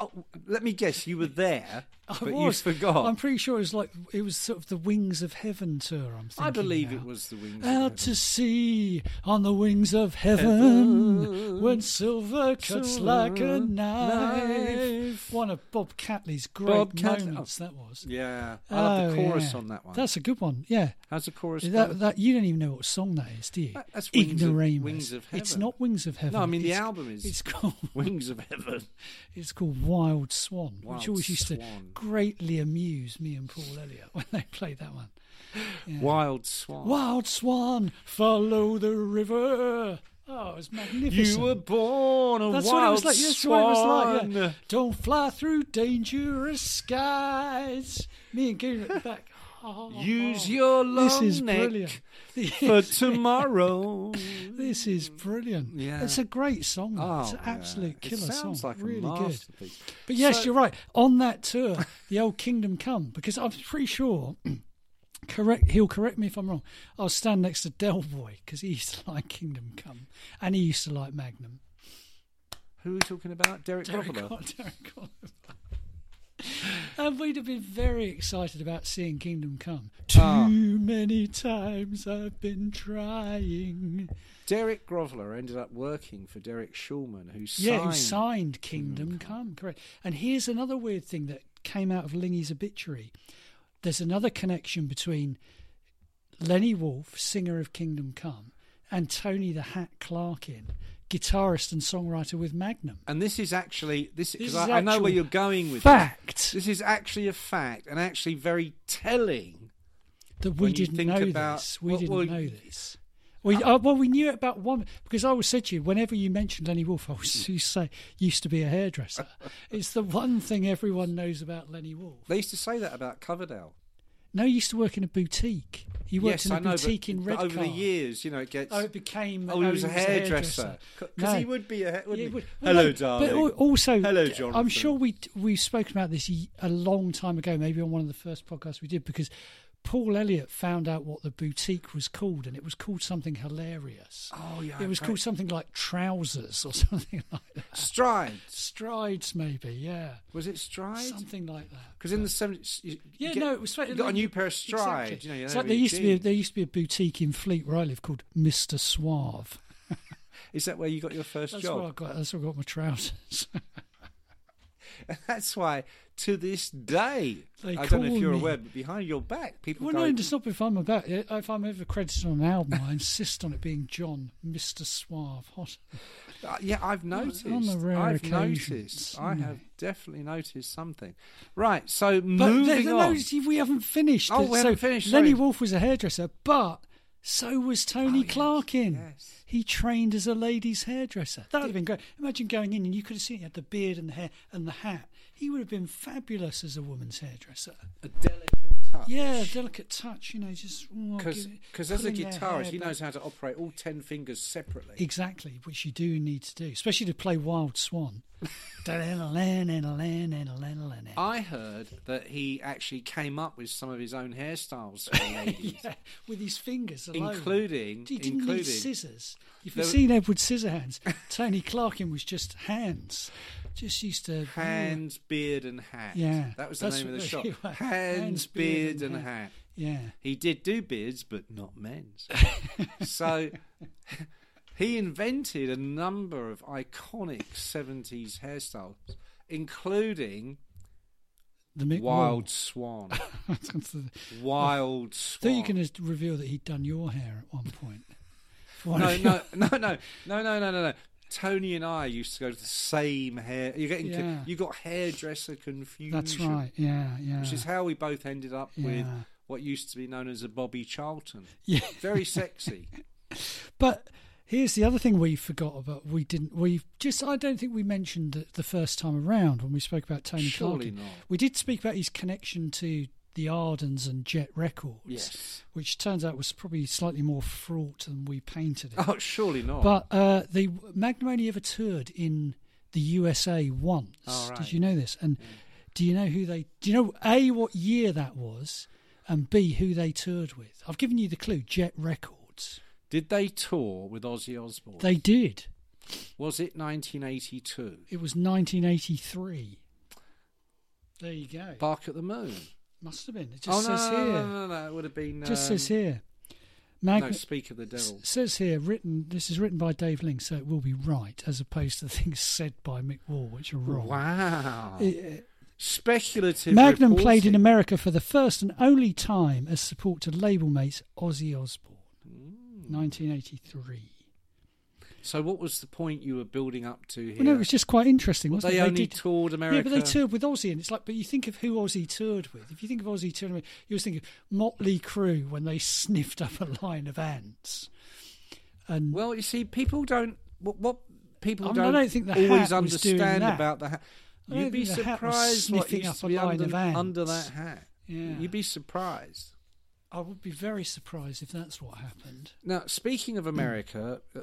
S3: Oh, let me guess, you were there,
S4: [LAUGHS] I
S3: but
S4: was.
S3: you forgot.
S4: I'm pretty sure it was like it was sort of the Wings of Heaven tour. I'm thinking
S3: I believe
S4: about.
S3: it was the wings. of
S4: Out
S3: Heaven.
S4: to sea on the wings of heaven, when silver cuts
S3: Silver
S4: like a knife.
S3: knife.
S4: One of Bob Catley's great
S3: Bob Catley- oh,
S4: moments. That was.
S3: Yeah, I love the
S4: Oh,
S3: chorus
S4: yeah.
S3: on that one.
S4: That's a good one. Yeah.
S3: How's the chorus? go?
S4: That, that you don't even know what song that is, do you?
S3: That- that's Wings of-
S4: Ignoramus.
S3: Wings of
S4: It's
S3: Heaven.
S4: not Wings of Heaven.
S3: no, I mean the
S4: It's-
S3: album is [LAUGHS]
S4: It's called
S3: Wings of Heaven.
S4: it's called Wild Swan,
S3: Wild
S4: which always used to
S3: Swan.
S4: greatly amuse me and Paul Elliott when they played that one.
S3: Wild Swan.
S4: Wild Swan, follow the river. Oh, it was magnificent.
S3: You were born a
S4: That's what it
S3: wild
S4: was like. That's
S3: swan.
S4: what it was like. yeah. Don't fly through dangerous skies. Me and Gary at the back. [LAUGHS] Oh,
S3: Use your long
S4: this is
S3: neck
S4: brilliant.
S3: [LAUGHS]
S4: [LAUGHS]
S3: for tomorrow. Oh,
S4: This is brilliant.
S3: Mm. Yeah.
S4: It's a great song. though. it's
S3: Oh,
S4: an absolute
S3: yeah.
S4: killer
S3: it sounds
S4: song.
S3: Like a
S4: really good.
S3: masterpiece.
S4: But yes,
S3: So-
S4: you're right. On that tour, the old Kingdom Come, because I'm pretty sure. [CLEARS THROAT] Correct. He'll correct me if I'm wrong. I was standing next to Del Boy because he used to [LAUGHS] like Kingdom Come, and he used to like Magnum.
S3: Who are we talking about? Derek
S4: Derek
S3: Robler.
S4: Col- [LAUGHS] Derek Oliver. And we'd have been very excited about seeing Kingdom Come. Too
S3: Ah.
S4: many times I've been trying.
S3: Derek Groveler ended up working for Derek Schulman, who signed. Mm.
S4: Yeah, who signed Kingdom Come, correct. And here's another weird thing that came out of Lingy's obituary. There's another connection between Lenny Wolf, singer of Kingdom Come, and Tony the Hat Clarkin, guitarist and songwriter with Magnum.
S3: And this is actually this
S4: This
S3: because
S4: is
S3: I, I know
S4: actual
S3: where you're going with
S4: Fact
S3: This. this is actually a fact, and actually very telling.
S4: that
S3: when
S4: we
S3: you
S4: didn't
S3: think
S4: know
S3: about-
S4: this. We
S3: well,
S4: didn't
S3: well,
S4: know this. We, uh, well, we knew it about one because I always said to you, whenever you mentioned Lenny Wolf, I always [LAUGHS] used to say used to be
S3: [LAUGHS]
S4: a hairdresser. it's the one thing everyone knows about Lenny Wolf.
S3: They used to say that about Coverdale.
S4: No, he used to work in a boutique. He You
S3: yes,
S4: worked in a
S3: I know, but-
S4: boutique in
S3: but
S4: Redcar.
S3: over the years, you know, it gets.
S4: Oh, it became.
S3: Oh, he was a hairdresser. Because he
S4: No.
S3: would be a. ha- Wouldn't
S4: Yeah,
S3: he?
S4: it would.
S3: Hello,
S4: no,
S3: darling.
S4: But al- also, uh,
S3: Hello,
S4: I'm
S3: Jonathan.
S4: sure we we've spoken about this y- a long time ago, maybe on one of the first podcasts we did, because Paul Elliott found out what the boutique was called, and it was called something hilarious.
S3: Oh, yeah,
S4: it was
S3: okay.
S4: called something like trousers or [LAUGHS] something like that.
S3: Strides.
S4: Strides, maybe, yeah,
S3: Was it strides?
S4: something like that.
S3: Because in the seventies, you,
S4: Yeah,
S3: you get-
S4: no, it was.
S3: You got a new pair of strides.
S4: Exactly.
S3: You know, you
S4: It's
S3: know,
S4: like
S3: with
S4: there
S3: your
S4: used to be a,
S3: jeans.
S4: there used to be a boutique in Fleet where I live called Mister Suave.
S3: Is that where you got your first
S4: That's where I
S3: job?
S4: got. That's where I got my trousers.
S3: [LAUGHS] That's why, to this day,
S4: They
S3: I don't know
S4: call
S3: if you're
S4: me-
S3: aware, but behind your back, people
S4: Well,
S3: go.
S4: no, it's not if I'm about it. If I'm ever credited on an album, I insist on it being John, Mr. Suave. Hot.
S3: Uh, yeah, I've
S4: on
S3: noticed.
S4: the rare
S3: I've
S4: occasions,
S3: noticed. I
S4: you
S3: have
S4: know.
S3: definitely noticed something. Right, so
S4: But
S3: moving
S4: there- there-
S3: on.
S4: no, see, we haven't finished.
S3: Oh, we
S4: So
S3: haven't finished,
S4: Lenny
S3: sorry.
S4: Wolf was a hairdresser, but so was
S3: Oh,
S4: Tony
S3: yes,
S4: Clarkin.
S3: yes.
S4: He trained as a ladies' hairdresser. That would have been great. Imagine going in and you could have seen he had the beard and the hair and the hat. He would have been fabulous as a woman's hairdresser.
S3: a delicate touch.
S4: Yeah, delicate touch, you know, just oh, give it-
S3: because as a
S4: pulling their hair
S3: guitarist, he
S4: back.
S3: knows how to operate all ten fingers separately.
S4: Exactly, which you do need to do, especially to play Wild Swan. yeah,
S3: I heard that he actually came up with some of his own hairstyles
S4: [LAUGHS]
S3: for the ladies.
S4: with his fingers alone.
S3: Including-
S4: He didn't
S3: including-
S4: need scissors. If
S3: There-
S4: you've seen Edward Scissorhands, Tony Clarkin was just hands. Just used to.
S3: Hands, beard, and hat.
S4: Yeah.
S3: that was the
S4: That's [LAUGHS]
S3: name of the
S4: what
S3: shop.
S4: they were.
S3: Hands, beard, and hat.
S4: Yeah.
S3: He did do beards, but not
S4: [LAUGHS]
S3: men's. so [LAUGHS] he invented a number of iconic seventies hairstyles, including
S4: The Mick
S3: Wild
S4: [LAUGHS]
S3: Swan.
S4: Wall.
S3: Wild Swan.
S4: Thought you can just reveal that he'd done your hair at one point. For one
S3: no,
S4: of [LAUGHS]
S3: no, no, no, no, no, no, no, no. Tony and I used to go to the same hair. You're getting,
S4: Yeah.
S3: you got hairdresser confusion.
S4: That's right. Yeah, yeah.
S3: Which is how we both ended up with
S4: Yeah.
S3: what used to be known as a Bobby Charlton.
S4: Yeah.
S3: Very
S4: [LAUGHS]
S3: sexy.
S4: But here's the other thing we forgot about. We didn't. We just. I don't think we mentioned it the first time around when we spoke about Tony
S3: Surely
S4: Clarkin.
S3: not.
S4: We did speak about his connection to the Ardens and Jet Records,
S3: Yes.
S4: which turns out was probably slightly more fraught than we painted it.
S3: Oh, surely not.
S4: But uh, the Magnum only ever toured in the USA once.
S3: Oh, right.
S4: Did you know this? And do you know who they? Do you know a what year that was, and b who they toured with? I've given you the clue. Jet Records.
S3: Did they tour with Ozzy Osbourne?
S4: They did.
S3: Was it 1982?
S4: It was 1983. There you go.
S3: Bark at the Moon.
S4: Must have been. It just
S3: oh, no,
S4: says
S3: no,
S4: here.
S3: no, no, no, no. It would have been.
S4: Just
S3: um,
S4: says here.
S3: No,
S4: Magna-
S3: Speak of the Devil.
S4: s- says here written. This is written by Dave Ling, so it will be right, as opposed to [LAUGHS] things said by Mick Wall, which are wrong.
S3: Wow.
S4: It-
S3: Speculative.
S4: Magnum played in
S3: reporting.
S4: America for the first and only time as support to label mates Ozzy Osbourne,
S3: Mm.
S4: 1983.
S3: So, what was the point you were building up to here?
S4: Well, no, it was just quite interesting,
S3: Well,
S4: wasn't
S3: they
S4: it?
S3: only toured
S4: Yeah, but they
S3: America.
S4: toured with Ozzy, and it's like, but you think of who Ozzy toured with. If you think of Ozzy touring, with- you always think of Motley Crue when they sniffed up a line of ants. And
S3: Well, you see, people don't. What, what people
S4: Um, I mean, I
S3: don't,
S4: don't think the
S3: always
S4: hat was doing
S3: understand
S4: that.
S3: about the hat.
S4: I don't
S3: You'd be
S4: think the hat was
S3: surprised what
S4: sniffing
S3: used
S4: up
S3: to
S4: a
S3: be
S4: line
S3: under,
S4: of
S3: under
S4: ants.
S3: that hat.
S4: Yeah.
S3: You'd be surprised.
S4: I would be very surprised if that's what happened.
S3: Now, speaking of America, uh,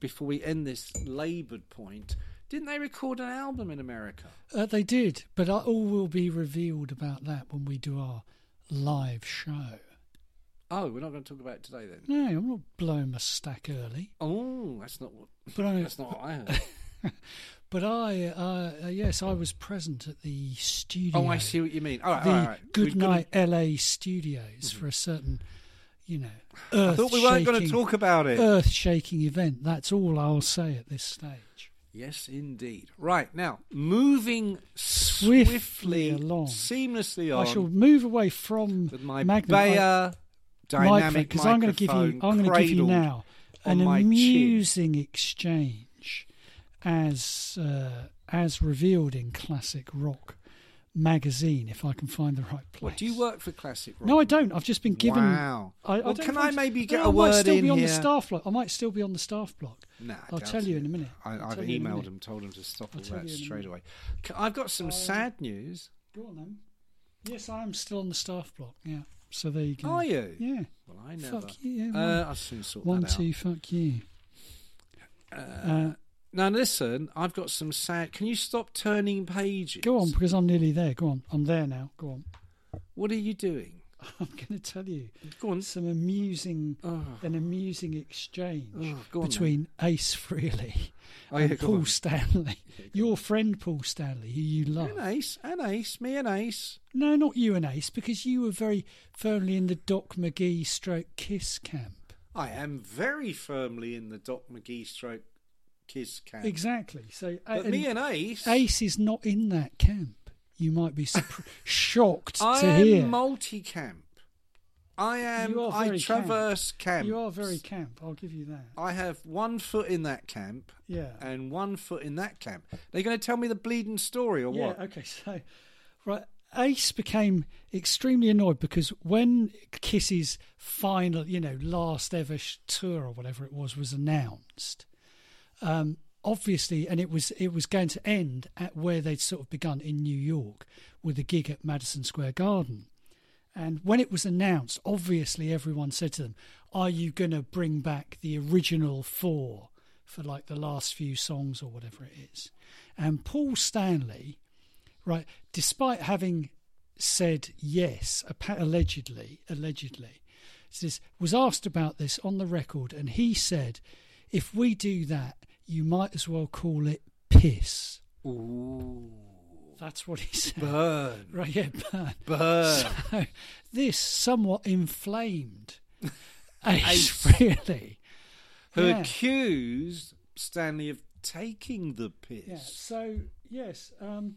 S3: before we end this laboured point, didn't they record an album in America?
S4: Uh, they did, but I- all will be revealed about that when we do our live show.
S3: Oh, we're not going to talk about it today then.
S4: No, I'm not blowing my stack early.
S3: Oh, that's not what.
S4: But uh, I-
S3: that's not what I
S4: [LAUGHS]
S3: heard.
S4: But I, uh, uh, yes, I was present at the studio.
S3: oh, I see what you mean. All right,
S4: the
S3: all right. all right. We've got
S4: Goodnight LA studios for a certain, you know,
S3: to- I
S4: earth
S3: thought we weren't going to
S4: shaking-
S3: talk about it.
S4: earth-shaking event. That's all I'll say at this stage.
S3: Yes, indeed. Right now, moving
S4: Swiftly
S3: swiftly,
S4: along.
S3: seamlessly
S4: I
S3: on
S4: shall move away from
S3: with my
S4: Magnum
S3: Bayer dynamic
S4: because I'm going to give you, I'm going to give you now an
S3: on my chin.
S4: amusing exchange, as uh, as revealed in classic rock magazine. If I can find the right place.
S3: What, do you work for Classic Rock?
S4: No, I don't. I've just been given.
S3: Wow.
S4: I, I
S3: Well,
S4: don't
S3: can
S4: know
S3: I
S4: if-
S3: maybe get a
S4: no, I might
S3: word
S4: still
S3: in
S4: be on the
S3: here?
S4: staff block. I might still be on the staff block.
S3: Nah, I
S4: I'll
S3: doubt
S4: tell you
S3: it.
S4: in a minute.
S3: I,
S4: I'll
S3: I've
S4: tell you in a
S3: emailed
S4: minute.
S3: him, told him to stop
S4: I'll
S3: all
S4: tell
S3: that
S4: you in a
S3: straight
S4: minute.
S3: away. C- I've got some sad news.
S4: Go on then. Yes, I am still on the staff block. Yeah. So there you go.
S3: Are you?
S4: Yeah.
S3: Well, I I never.
S4: Fuck you, yeah,
S3: uh, I'll soon sort
S4: One,
S3: that out.
S4: two, fuck you. Uh,
S3: Now listen, I've got some sad. Can you stop turning pages?
S4: go on, because I'm nearly there. Go on. I'm there now. Go on. [LAUGHS]
S3: What are you doing?
S4: I'm going to tell you
S3: Go on.
S4: some amusing,
S3: Oh.
S4: an amusing exchange
S3: Oh, go on then.
S4: between Ace Frehley
S3: Oh, [LAUGHS]
S4: and
S3: yeah, go
S4: Paul
S3: on. [LAUGHS]
S4: Stanley, your friend Paul Stanley, who you love.
S3: An ace, an ace, me an ace.
S4: No, not you and Ace, because you were very firmly in the Doc McGee stroke kiss camp.
S3: I am very firmly in the Doc McGee stroke kiss camp.
S4: Exactly. So
S3: But
S4: and
S3: me and Ace,
S4: Ace is not in that camp. You might
S3: [LAUGHS]
S4: be surpr- shocked
S3: I
S4: to
S3: am
S4: hear.
S3: multi-camp. I am.
S4: You are
S3: I
S4: very
S3: traverse camp.
S4: You are very camp. I'll give you that.
S3: I have one foot in that camp
S4: Yeah.
S3: and one foot in that camp. They're going to tell me the bleeding story or
S4: yeah.
S3: what?
S4: Okay. [LAUGHS] So, right. Ace became extremely annoyed because when Kiss's final, you know, last ever sh- tour or whatever it was was announced, um, obviously, and it was it was going to end at where they'd sort of begun in New York with a gig at Madison Square Garden. And when it was announced, obviously everyone said to them, "Are you going to bring back the original four for like the last few songs or whatever it is?" And Paul Stanley, right, despite having said yes, appa- allegedly, allegedly, says, was asked about this on the record, and he said, "If we do that, you might as well call it piss."
S3: Ooh,
S4: That's what he said.
S3: burn,
S4: Right, yeah, burn.
S3: burn.
S4: So this
S3: [LAUGHS]
S4: somewhat inflamed Ace
S3: Ace.
S4: Frehley.
S3: Who
S4: Yeah.
S3: accused Stanley of taking the piss?
S4: Yeah. So yes. Um,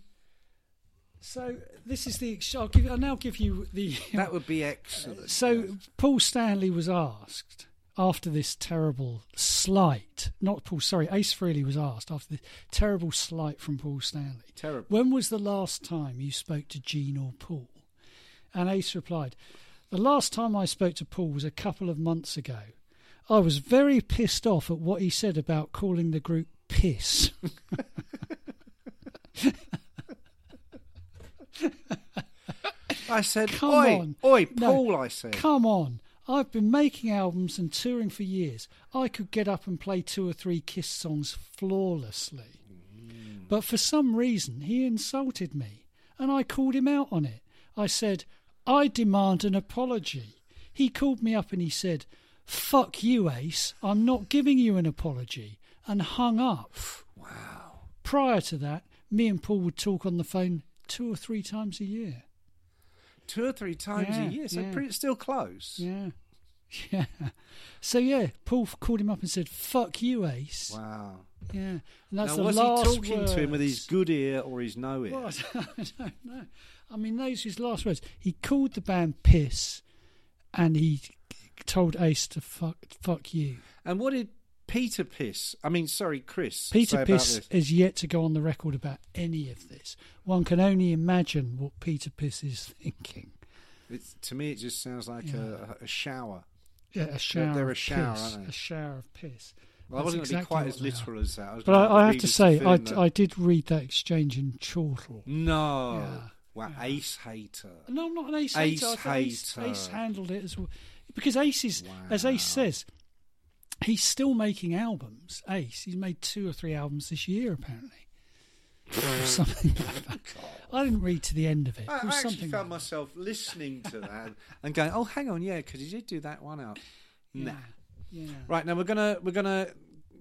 S4: so this is the. ex- I'll give. I'll now give you the. [LAUGHS]
S3: That would be excellent.
S4: so Paul Stanley was asked after this terrible slight. Not Paul. Sorry, Ace Frehley was asked after the terrible slight from Paul Stanley.
S3: terrible.
S4: When was the last time you spoke to Gene or Paul? And Ace replied, The last time I spoke to Paul was a couple of months ago. I was very pissed off at what he said about calling the group piss.
S3: I said,
S4: Come
S3: oi,
S4: on.
S3: oi,
S4: No,
S3: Paul, I said.
S4: Come on. I've been making albums and touring for years. I could get up and play two or three Kiss songs flawlessly. But for some reason, he insulted me and I called him out on it. I said, I demand an apology. He called me up and he said, Fuck you, Ace. I'm not giving you an apology. And hung up.
S3: Wow.
S4: Prior to that, me and Paul would talk on the phone two or three times a year.
S3: Two or three times
S4: Yeah,
S3: a year, so
S4: yeah.
S3: pretty, still close.
S4: Yeah. [LAUGHS] Yeah. So yeah, Paul f- called him up and said, "Fuck you, Ace."
S3: Wow.
S4: Yeah. And that's
S3: now,
S4: the
S3: was
S4: last
S3: he talking to him with his
S4: [LAUGHS] words.
S3: good ear or his no
S4: [LAUGHS]
S3: ear?
S4: Well, I don't know. I mean, those were his last words. He called the band piss, and he told Ace to fuck fuck you.
S3: And what did Peter Piss, I mean, sorry, Chris, say
S4: Peter
S3: about
S4: Piss
S3: this?
S4: is yet to go on the record about any of this. One can only imagine what Peter Piss is thinking.
S3: It's, to me, it just sounds like
S4: Yeah.
S3: a, a shower.
S4: Yeah, a shower.
S3: they're a
S4: of
S3: shower,
S4: piss,
S3: aren't they?
S4: A shower of piss.
S3: Well, I wasn't
S4: That's
S3: going to be
S4: exactly
S3: quite
S4: what
S3: as
S4: they are.
S3: literal as that. I was
S4: But
S3: gonna
S4: I, I have
S3: read
S4: to
S3: us the
S4: say, I,
S3: film, Mm.
S4: I
S3: though.
S4: did read that exchange in Chortle.
S3: No.
S4: Yeah.
S3: Wow,
S4: Yeah.
S3: ace hater.
S4: No, I'm not an ace,
S3: Ace
S4: hater. I thought Ace,
S3: hater.
S4: Ace handled it as well. Because Ace is, as Ace
S3: Wow.
S4: says, he's still making albums. Ace, he's made two or three albums this year, apparently.
S3: [LAUGHS]
S4: or something like that. I didn't read to the end of it.
S3: I,
S4: it was
S3: I actually
S4: something
S3: found
S4: like that.
S3: myself listening to that and going, "Oh, hang on, yeah, because you did do that one out." Nah.
S4: Yeah.
S3: Right now, we're gonna we're gonna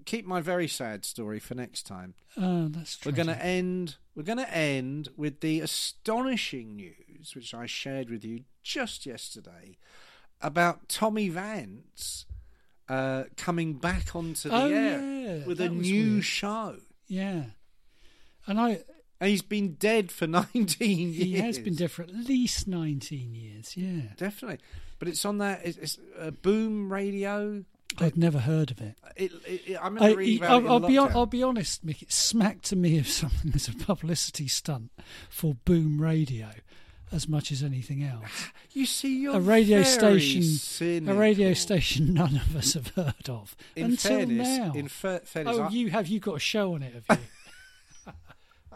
S3: keep my very sad story for next time.
S4: Oh, that's
S3: We're gonna
S4: tragic.
S3: end we're gonna end with the astonishing news which I shared with you just yesterday about Tommy Vance uh, coming back onto the
S4: Oh,
S3: air
S4: yeah,
S3: with a
S4: that was
S3: new
S4: weird.
S3: show.
S4: Yeah.
S3: [LAUGHS]
S4: And I,
S3: And he's been dead for [LAUGHS] 19 years.
S4: he has been dead for at least 19 years. Yeah.
S3: Definitely. But it's on that it's, it's uh, boom radio.
S4: I'd never heard of it.
S3: It, it, it, I remember
S4: I,
S3: reading about it
S4: will
S3: in
S4: be hon-
S3: lockdown.
S4: I'll be honest, Mick. It smacked to me of [LAUGHS] something as a publicity stunt for Boom Radio, as much as anything else.
S3: You see, you're
S4: a radio
S3: very
S4: station,
S3: cynical.
S4: a radio station none of us have heard of
S3: In
S4: until
S3: fairness,
S4: now.
S3: in fa- fairness,
S4: oh,
S3: I,
S4: you have you got a show on it? Have you?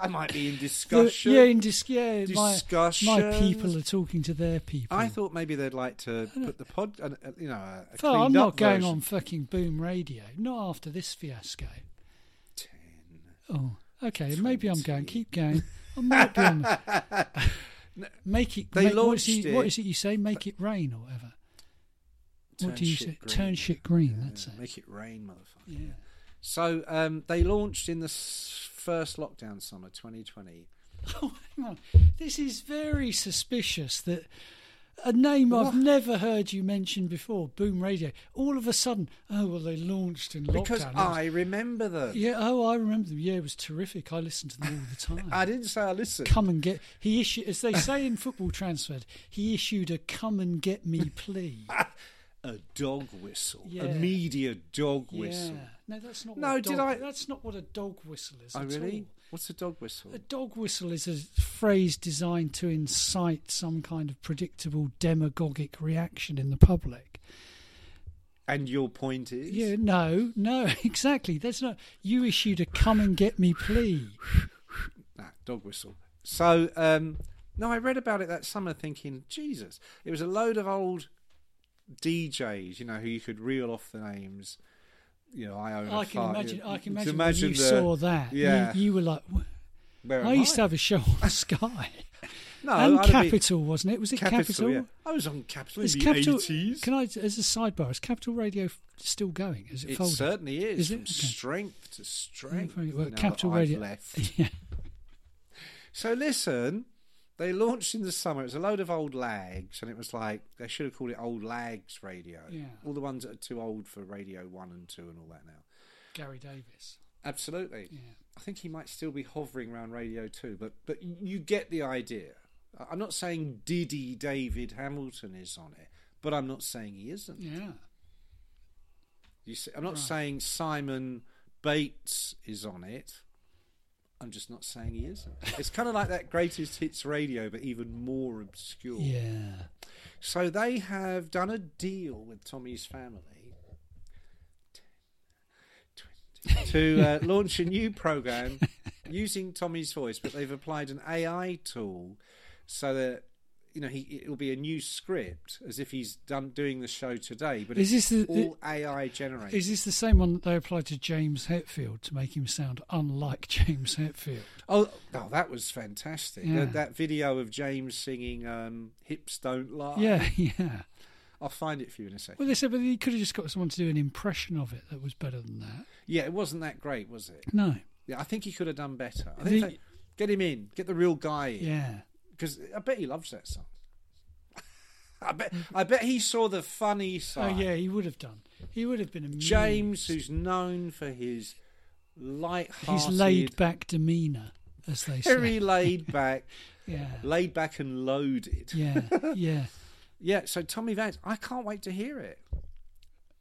S3: I might be in [LAUGHS]
S4: The-
S3: discussion.
S4: yeah, in dis- yeah, my, my
S3: Discussions.
S4: people are talking to their people.
S3: I thought maybe they'd like to put the pod, an- uh, you know, a, a
S4: Phil, I'm
S3: cleaned
S4: not
S3: up
S4: going
S3: version.
S4: on fucking boom radio. Not after this fiasco. Ten. Oh, okay. Maybe I'm going. Keep going. I might be on.
S3: [LAUGHS]
S4: make it.
S3: They
S4: make- what is
S3: launched
S4: it- What
S3: it.
S4: is it you say? Make it rain or whatever. [LAUGHS]
S3: Turn
S4: what do you
S3: shit
S4: say?
S3: green.
S4: Turn shit green. that's
S3: Yeah,
S4: it.
S3: Make it rain, motherfucker.
S4: yeah.
S3: So um, they launched in the s- first lockdown summer 2020.
S4: Oh, hang on. This is very suspicious that a name I've never heard you mention before, Boom Radio, all of a sudden, oh, well, they launched in lockdown.
S3: Because
S4: It was-
S3: I remember them.
S4: Yeah, oh, I remember them. Yeah, it was terrific. I listened to them all the time.
S3: [LAUGHS] I didn't say I listened.
S4: Come and get. He issued, as they say in football transferred, he issued a "come and
S3: [LAUGHS]
S4: get me" plea.
S3: A dog whistle.
S4: Yeah.
S3: A media dog whistle.
S4: Yeah. No, that's not.
S3: No,
S4: what a
S3: did
S4: dog-
S3: I-
S4: That's not what a dog whistle is.
S3: Oh,
S4: at
S3: really?
S4: all.
S3: What's a dog whistle?
S4: A dog whistle is a phrase designed to incite some kind of predictable demagogic reaction in the public.
S3: And your point is?
S4: Yeah, no, no, [LAUGHS] exactly. That's not. You issued a come and get me
S3: [LAUGHS]
S4: plea.
S3: Nah, dog whistle. So, um, no, I read about it that summer thinking, Jesus, it was a load of old DJs, you know, who you could reel off the names. You know, I own a
S4: I can
S3: fart,
S4: imagine.
S3: you-
S4: I can
S3: to
S4: imagine,
S3: Oh, imagine
S4: when you
S3: the-
S4: saw that. you-
S3: Yeah.
S4: you, were like, "Wh-
S3: Where
S4: I
S3: am
S4: used to have a show on [LAUGHS] Sky.
S3: No,
S4: and
S3: I'd have been-
S4: Capital, wasn't it? Was it
S3: Capital,
S4: Capital?
S3: yeah. I was on Capital
S4: Is
S3: in the
S4: Capital?
S3: 80s.
S4: Can I, as a sidebar, is Capital Radio f- still going? Is it,
S3: it
S4: folded?
S3: certainly is.
S4: Is it
S3: from
S4: Okay. Mm,
S3: strength to strength.
S4: Well,
S3: now that
S4: Capital
S3: I've
S4: Radio.
S3: left.
S4: [LAUGHS] Yeah.
S3: So listen, they launched in the summer. It was a load of old lags, and it was like they should have called it old lags radio.
S4: Yeah.
S3: All the ones that are too old for Radio One and Two and all that now.
S4: Gary Davis.
S3: Absolutely.
S4: Yeah.
S3: I think he might still be hovering around Radio Two, but but you get the idea. I- I'm not saying Diddy David Hamilton is on it, but I'm not saying he isn't.
S4: Yeah.
S3: You see, I'm not
S4: Right.
S3: saying Simon Bates is on it. I'm just not saying he isn't. It's kind of like that greatest hits radio, but even more obscure.
S4: Yeah.
S3: So they have done a deal with Tommy's family 10, 20, to
S4: [LAUGHS]
S3: uh, launch a new program using Tommy's voice, but they've applied an AI tool so that you know he it'll be a new script as if he's done doing the show today, but
S4: Is
S3: it's
S4: this the-
S3: all AI generated.
S4: Is this the same one that they applied to James Hetfield to make him sound unlike [LAUGHS] James
S3: [LAUGHS]
S4: Hetfield?
S3: Oh, oh, that was fantastic!
S4: Yeah.
S3: That, that video of James singing um, "Hips Don't Lie."
S4: Yeah, [LAUGHS] yeah.
S3: I'll find it for you in a second.
S4: Well, they said, but he could have just got someone to do an impression of it that was better than that.
S3: yeah, it wasn't that great, was it?
S4: No.
S3: Yeah, I think he could have done better. I think
S4: The-
S3: they- get him in, get the real guy in,
S4: Yeah.
S3: because I bet he loves that song. [LAUGHS] I bet, I bet he saw the funny
S4: Oh,
S3: side.
S4: yeah, he would have done. He would have been amused.
S3: James, who's known for his light-hearted,
S4: his laid back demeanour, as they say.
S3: very laid back,
S4: [LAUGHS] yeah.
S3: laid back and loaded.
S4: Yeah, yeah.
S3: Yeah, so Tommy Vance, I can't wait to hear it.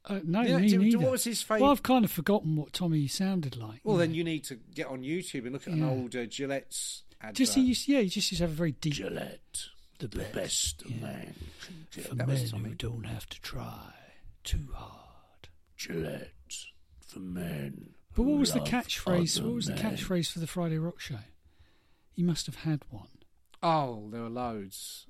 S4: Uh, no,
S3: Yeah,
S4: me
S3: do- do-
S4: neither.
S3: what was his fav-
S4: Well, I've kind of forgotten what Tommy sounded like.
S3: Well,
S4: yeah.
S3: then you need to get on YouTube and look at an
S4: Yeah.
S3: old uh, Gillette's advert.
S4: just he used, yeah, he just used to have a very deep
S3: uh, Gillette, the, best, man. can get.
S4: for
S3: That
S4: men
S3: was
S4: who
S3: Tommy.
S4: don't have to try too hard.
S3: Gillette for men.
S4: But what was the catchphrase? What was the catchphrase for the Friday Rock Show? You must have had one.
S3: [LAUGHS] Oh, there were loads.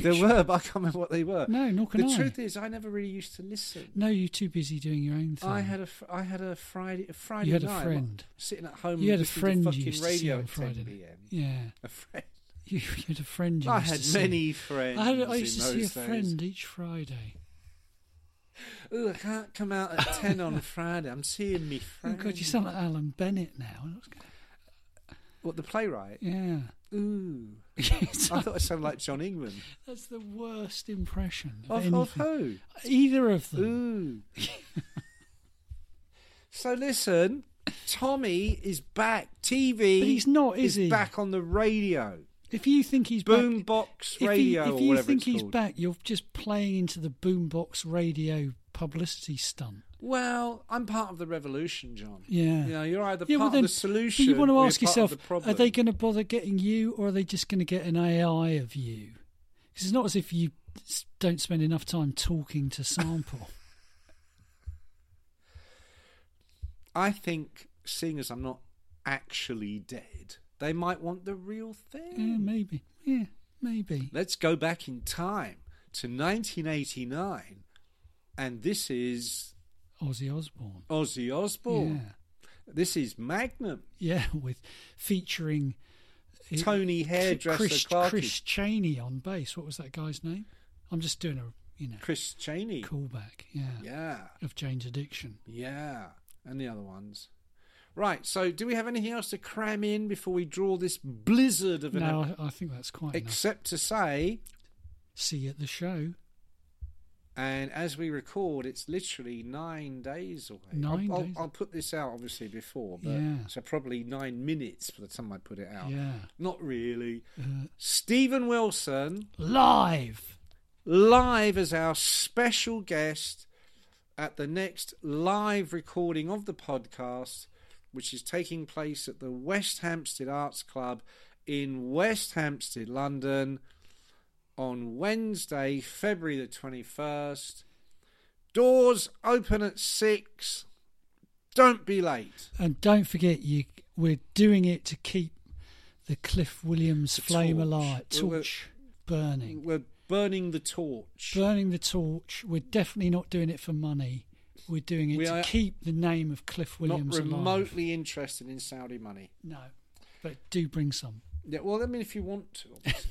S3: There were, but I can't remember what they were.
S4: No, nor can
S3: the
S4: I.
S3: truth is, I never really used to listen.
S4: No, you're too busy doing your own thing.
S3: I had a fr- I had a Friday a Friday
S4: had a
S3: night
S4: friend.
S3: sitting at home.
S4: you had a
S3: listening to
S4: friend
S3: fucking
S4: you used to see
S3: radio
S4: on
S3: at
S4: Friday.
S3: 10
S4: night.
S3: p.m.
S4: Yeah,
S3: A friend.
S4: you, [LAUGHS] you had a friend. You
S3: I
S4: used
S3: had
S4: to see.
S3: many
S4: I had. I
S3: friends
S4: used to
S3: in
S4: see a
S3: those days.
S4: friend each Friday.
S3: Ooh, I can't come out at ten
S4: [LAUGHS]
S3: on Friday. I'm seeing me friend.
S4: Oh God, you sound like Alan Bennett now.
S3: What the playwright?
S4: [LAUGHS] Yeah.
S3: Ooh,
S4: It's
S3: I
S4: like-
S3: thought I sounded like John England.
S4: That's the worst impression of,
S3: Of, of
S4: anything.
S3: who?
S4: Either of them. [LAUGHS]
S3: Ooh. so listen, Tommy is back. TV.
S4: But he's not, is he?
S3: Back on the radio.
S4: If you think he's back,
S3: Boombox
S4: if you,
S3: radio
S4: if
S3: or
S4: you
S3: whatever
S4: think
S3: it's
S4: he's
S3: called.
S4: back, you're just playing into the boombox radio publicity stunt.
S3: Well, I'm part of the revolution, John.
S4: Yeah.
S3: You know, you're either
S4: yeah,
S3: part
S4: well, then,
S3: of the solution.
S4: But you want to
S3: or
S4: ask
S3: you're part of
S4: yourself:
S3: the problem.
S4: Are they going to bother getting you, or are they just going to get an AI of you? Because it's not as if you s- don't spend enough time talking
S3: [LAUGHS]
S4: to sample.
S3: I think, seeing as I'm not actually dead. They might want the real thing.
S4: Yeah, maybe. Yeah, maybe.
S3: Let's go back in time to 1989, and this is
S4: Ozzy Osbourne.
S3: Ozzy Osbourne.
S4: Yeah.
S3: This is Magnum.
S4: Yeah, [LAUGHS] with featuring uh,
S3: Tony
S4: Cr-
S3: Hairdresser
S4: Chris,
S3: Clarke.
S4: Chris Cheney on bass. What was that guy's name? I'm just doing a you know
S3: Chris Cheney.
S4: callback. Yeah,
S3: Yeah,
S4: of Jane's Addiction.
S3: yeah, and the other ones. Right. So, do we have anything else to cram in before we draw this blizzard of an?
S4: No,
S3: ep-
S4: I, I think that's quite enough.
S3: except to say,
S4: See you at the show.
S3: and as we record, it's literally nine days away.
S4: Nine
S3: I'll,
S4: days.
S3: I'll, I'll put this out obviously before, but
S4: Yeah.
S3: so probably nine minutes by the time I put it out.
S4: Yeah,
S3: Not really.
S4: Uh,
S3: Stephen Wilson
S4: live.
S3: live as our special guest at the next live recording of the podcast, which is taking place at the West Hampstead Arts Club in West Hampstead, London, on Wednesday, February the 21st. Doors open at 6. Don't be late.
S4: And don't forget, you we're doing it to keep the Cliff Williams
S3: The
S4: flame
S3: torch.
S4: alive,
S3: We were-
S4: torch burning.
S3: We're burning the torch.
S4: burning the torch. We're definitely not doing it for money. We're doing it
S3: We
S4: to
S3: are
S4: keep the name of Cliff Williams
S3: Not
S4: alive.
S3: remotely interested in Saudi money.
S4: No, but do bring some.
S3: Yeah, well, I mean, if you want to. obviously.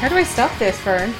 S6: How do I stop this, Fern?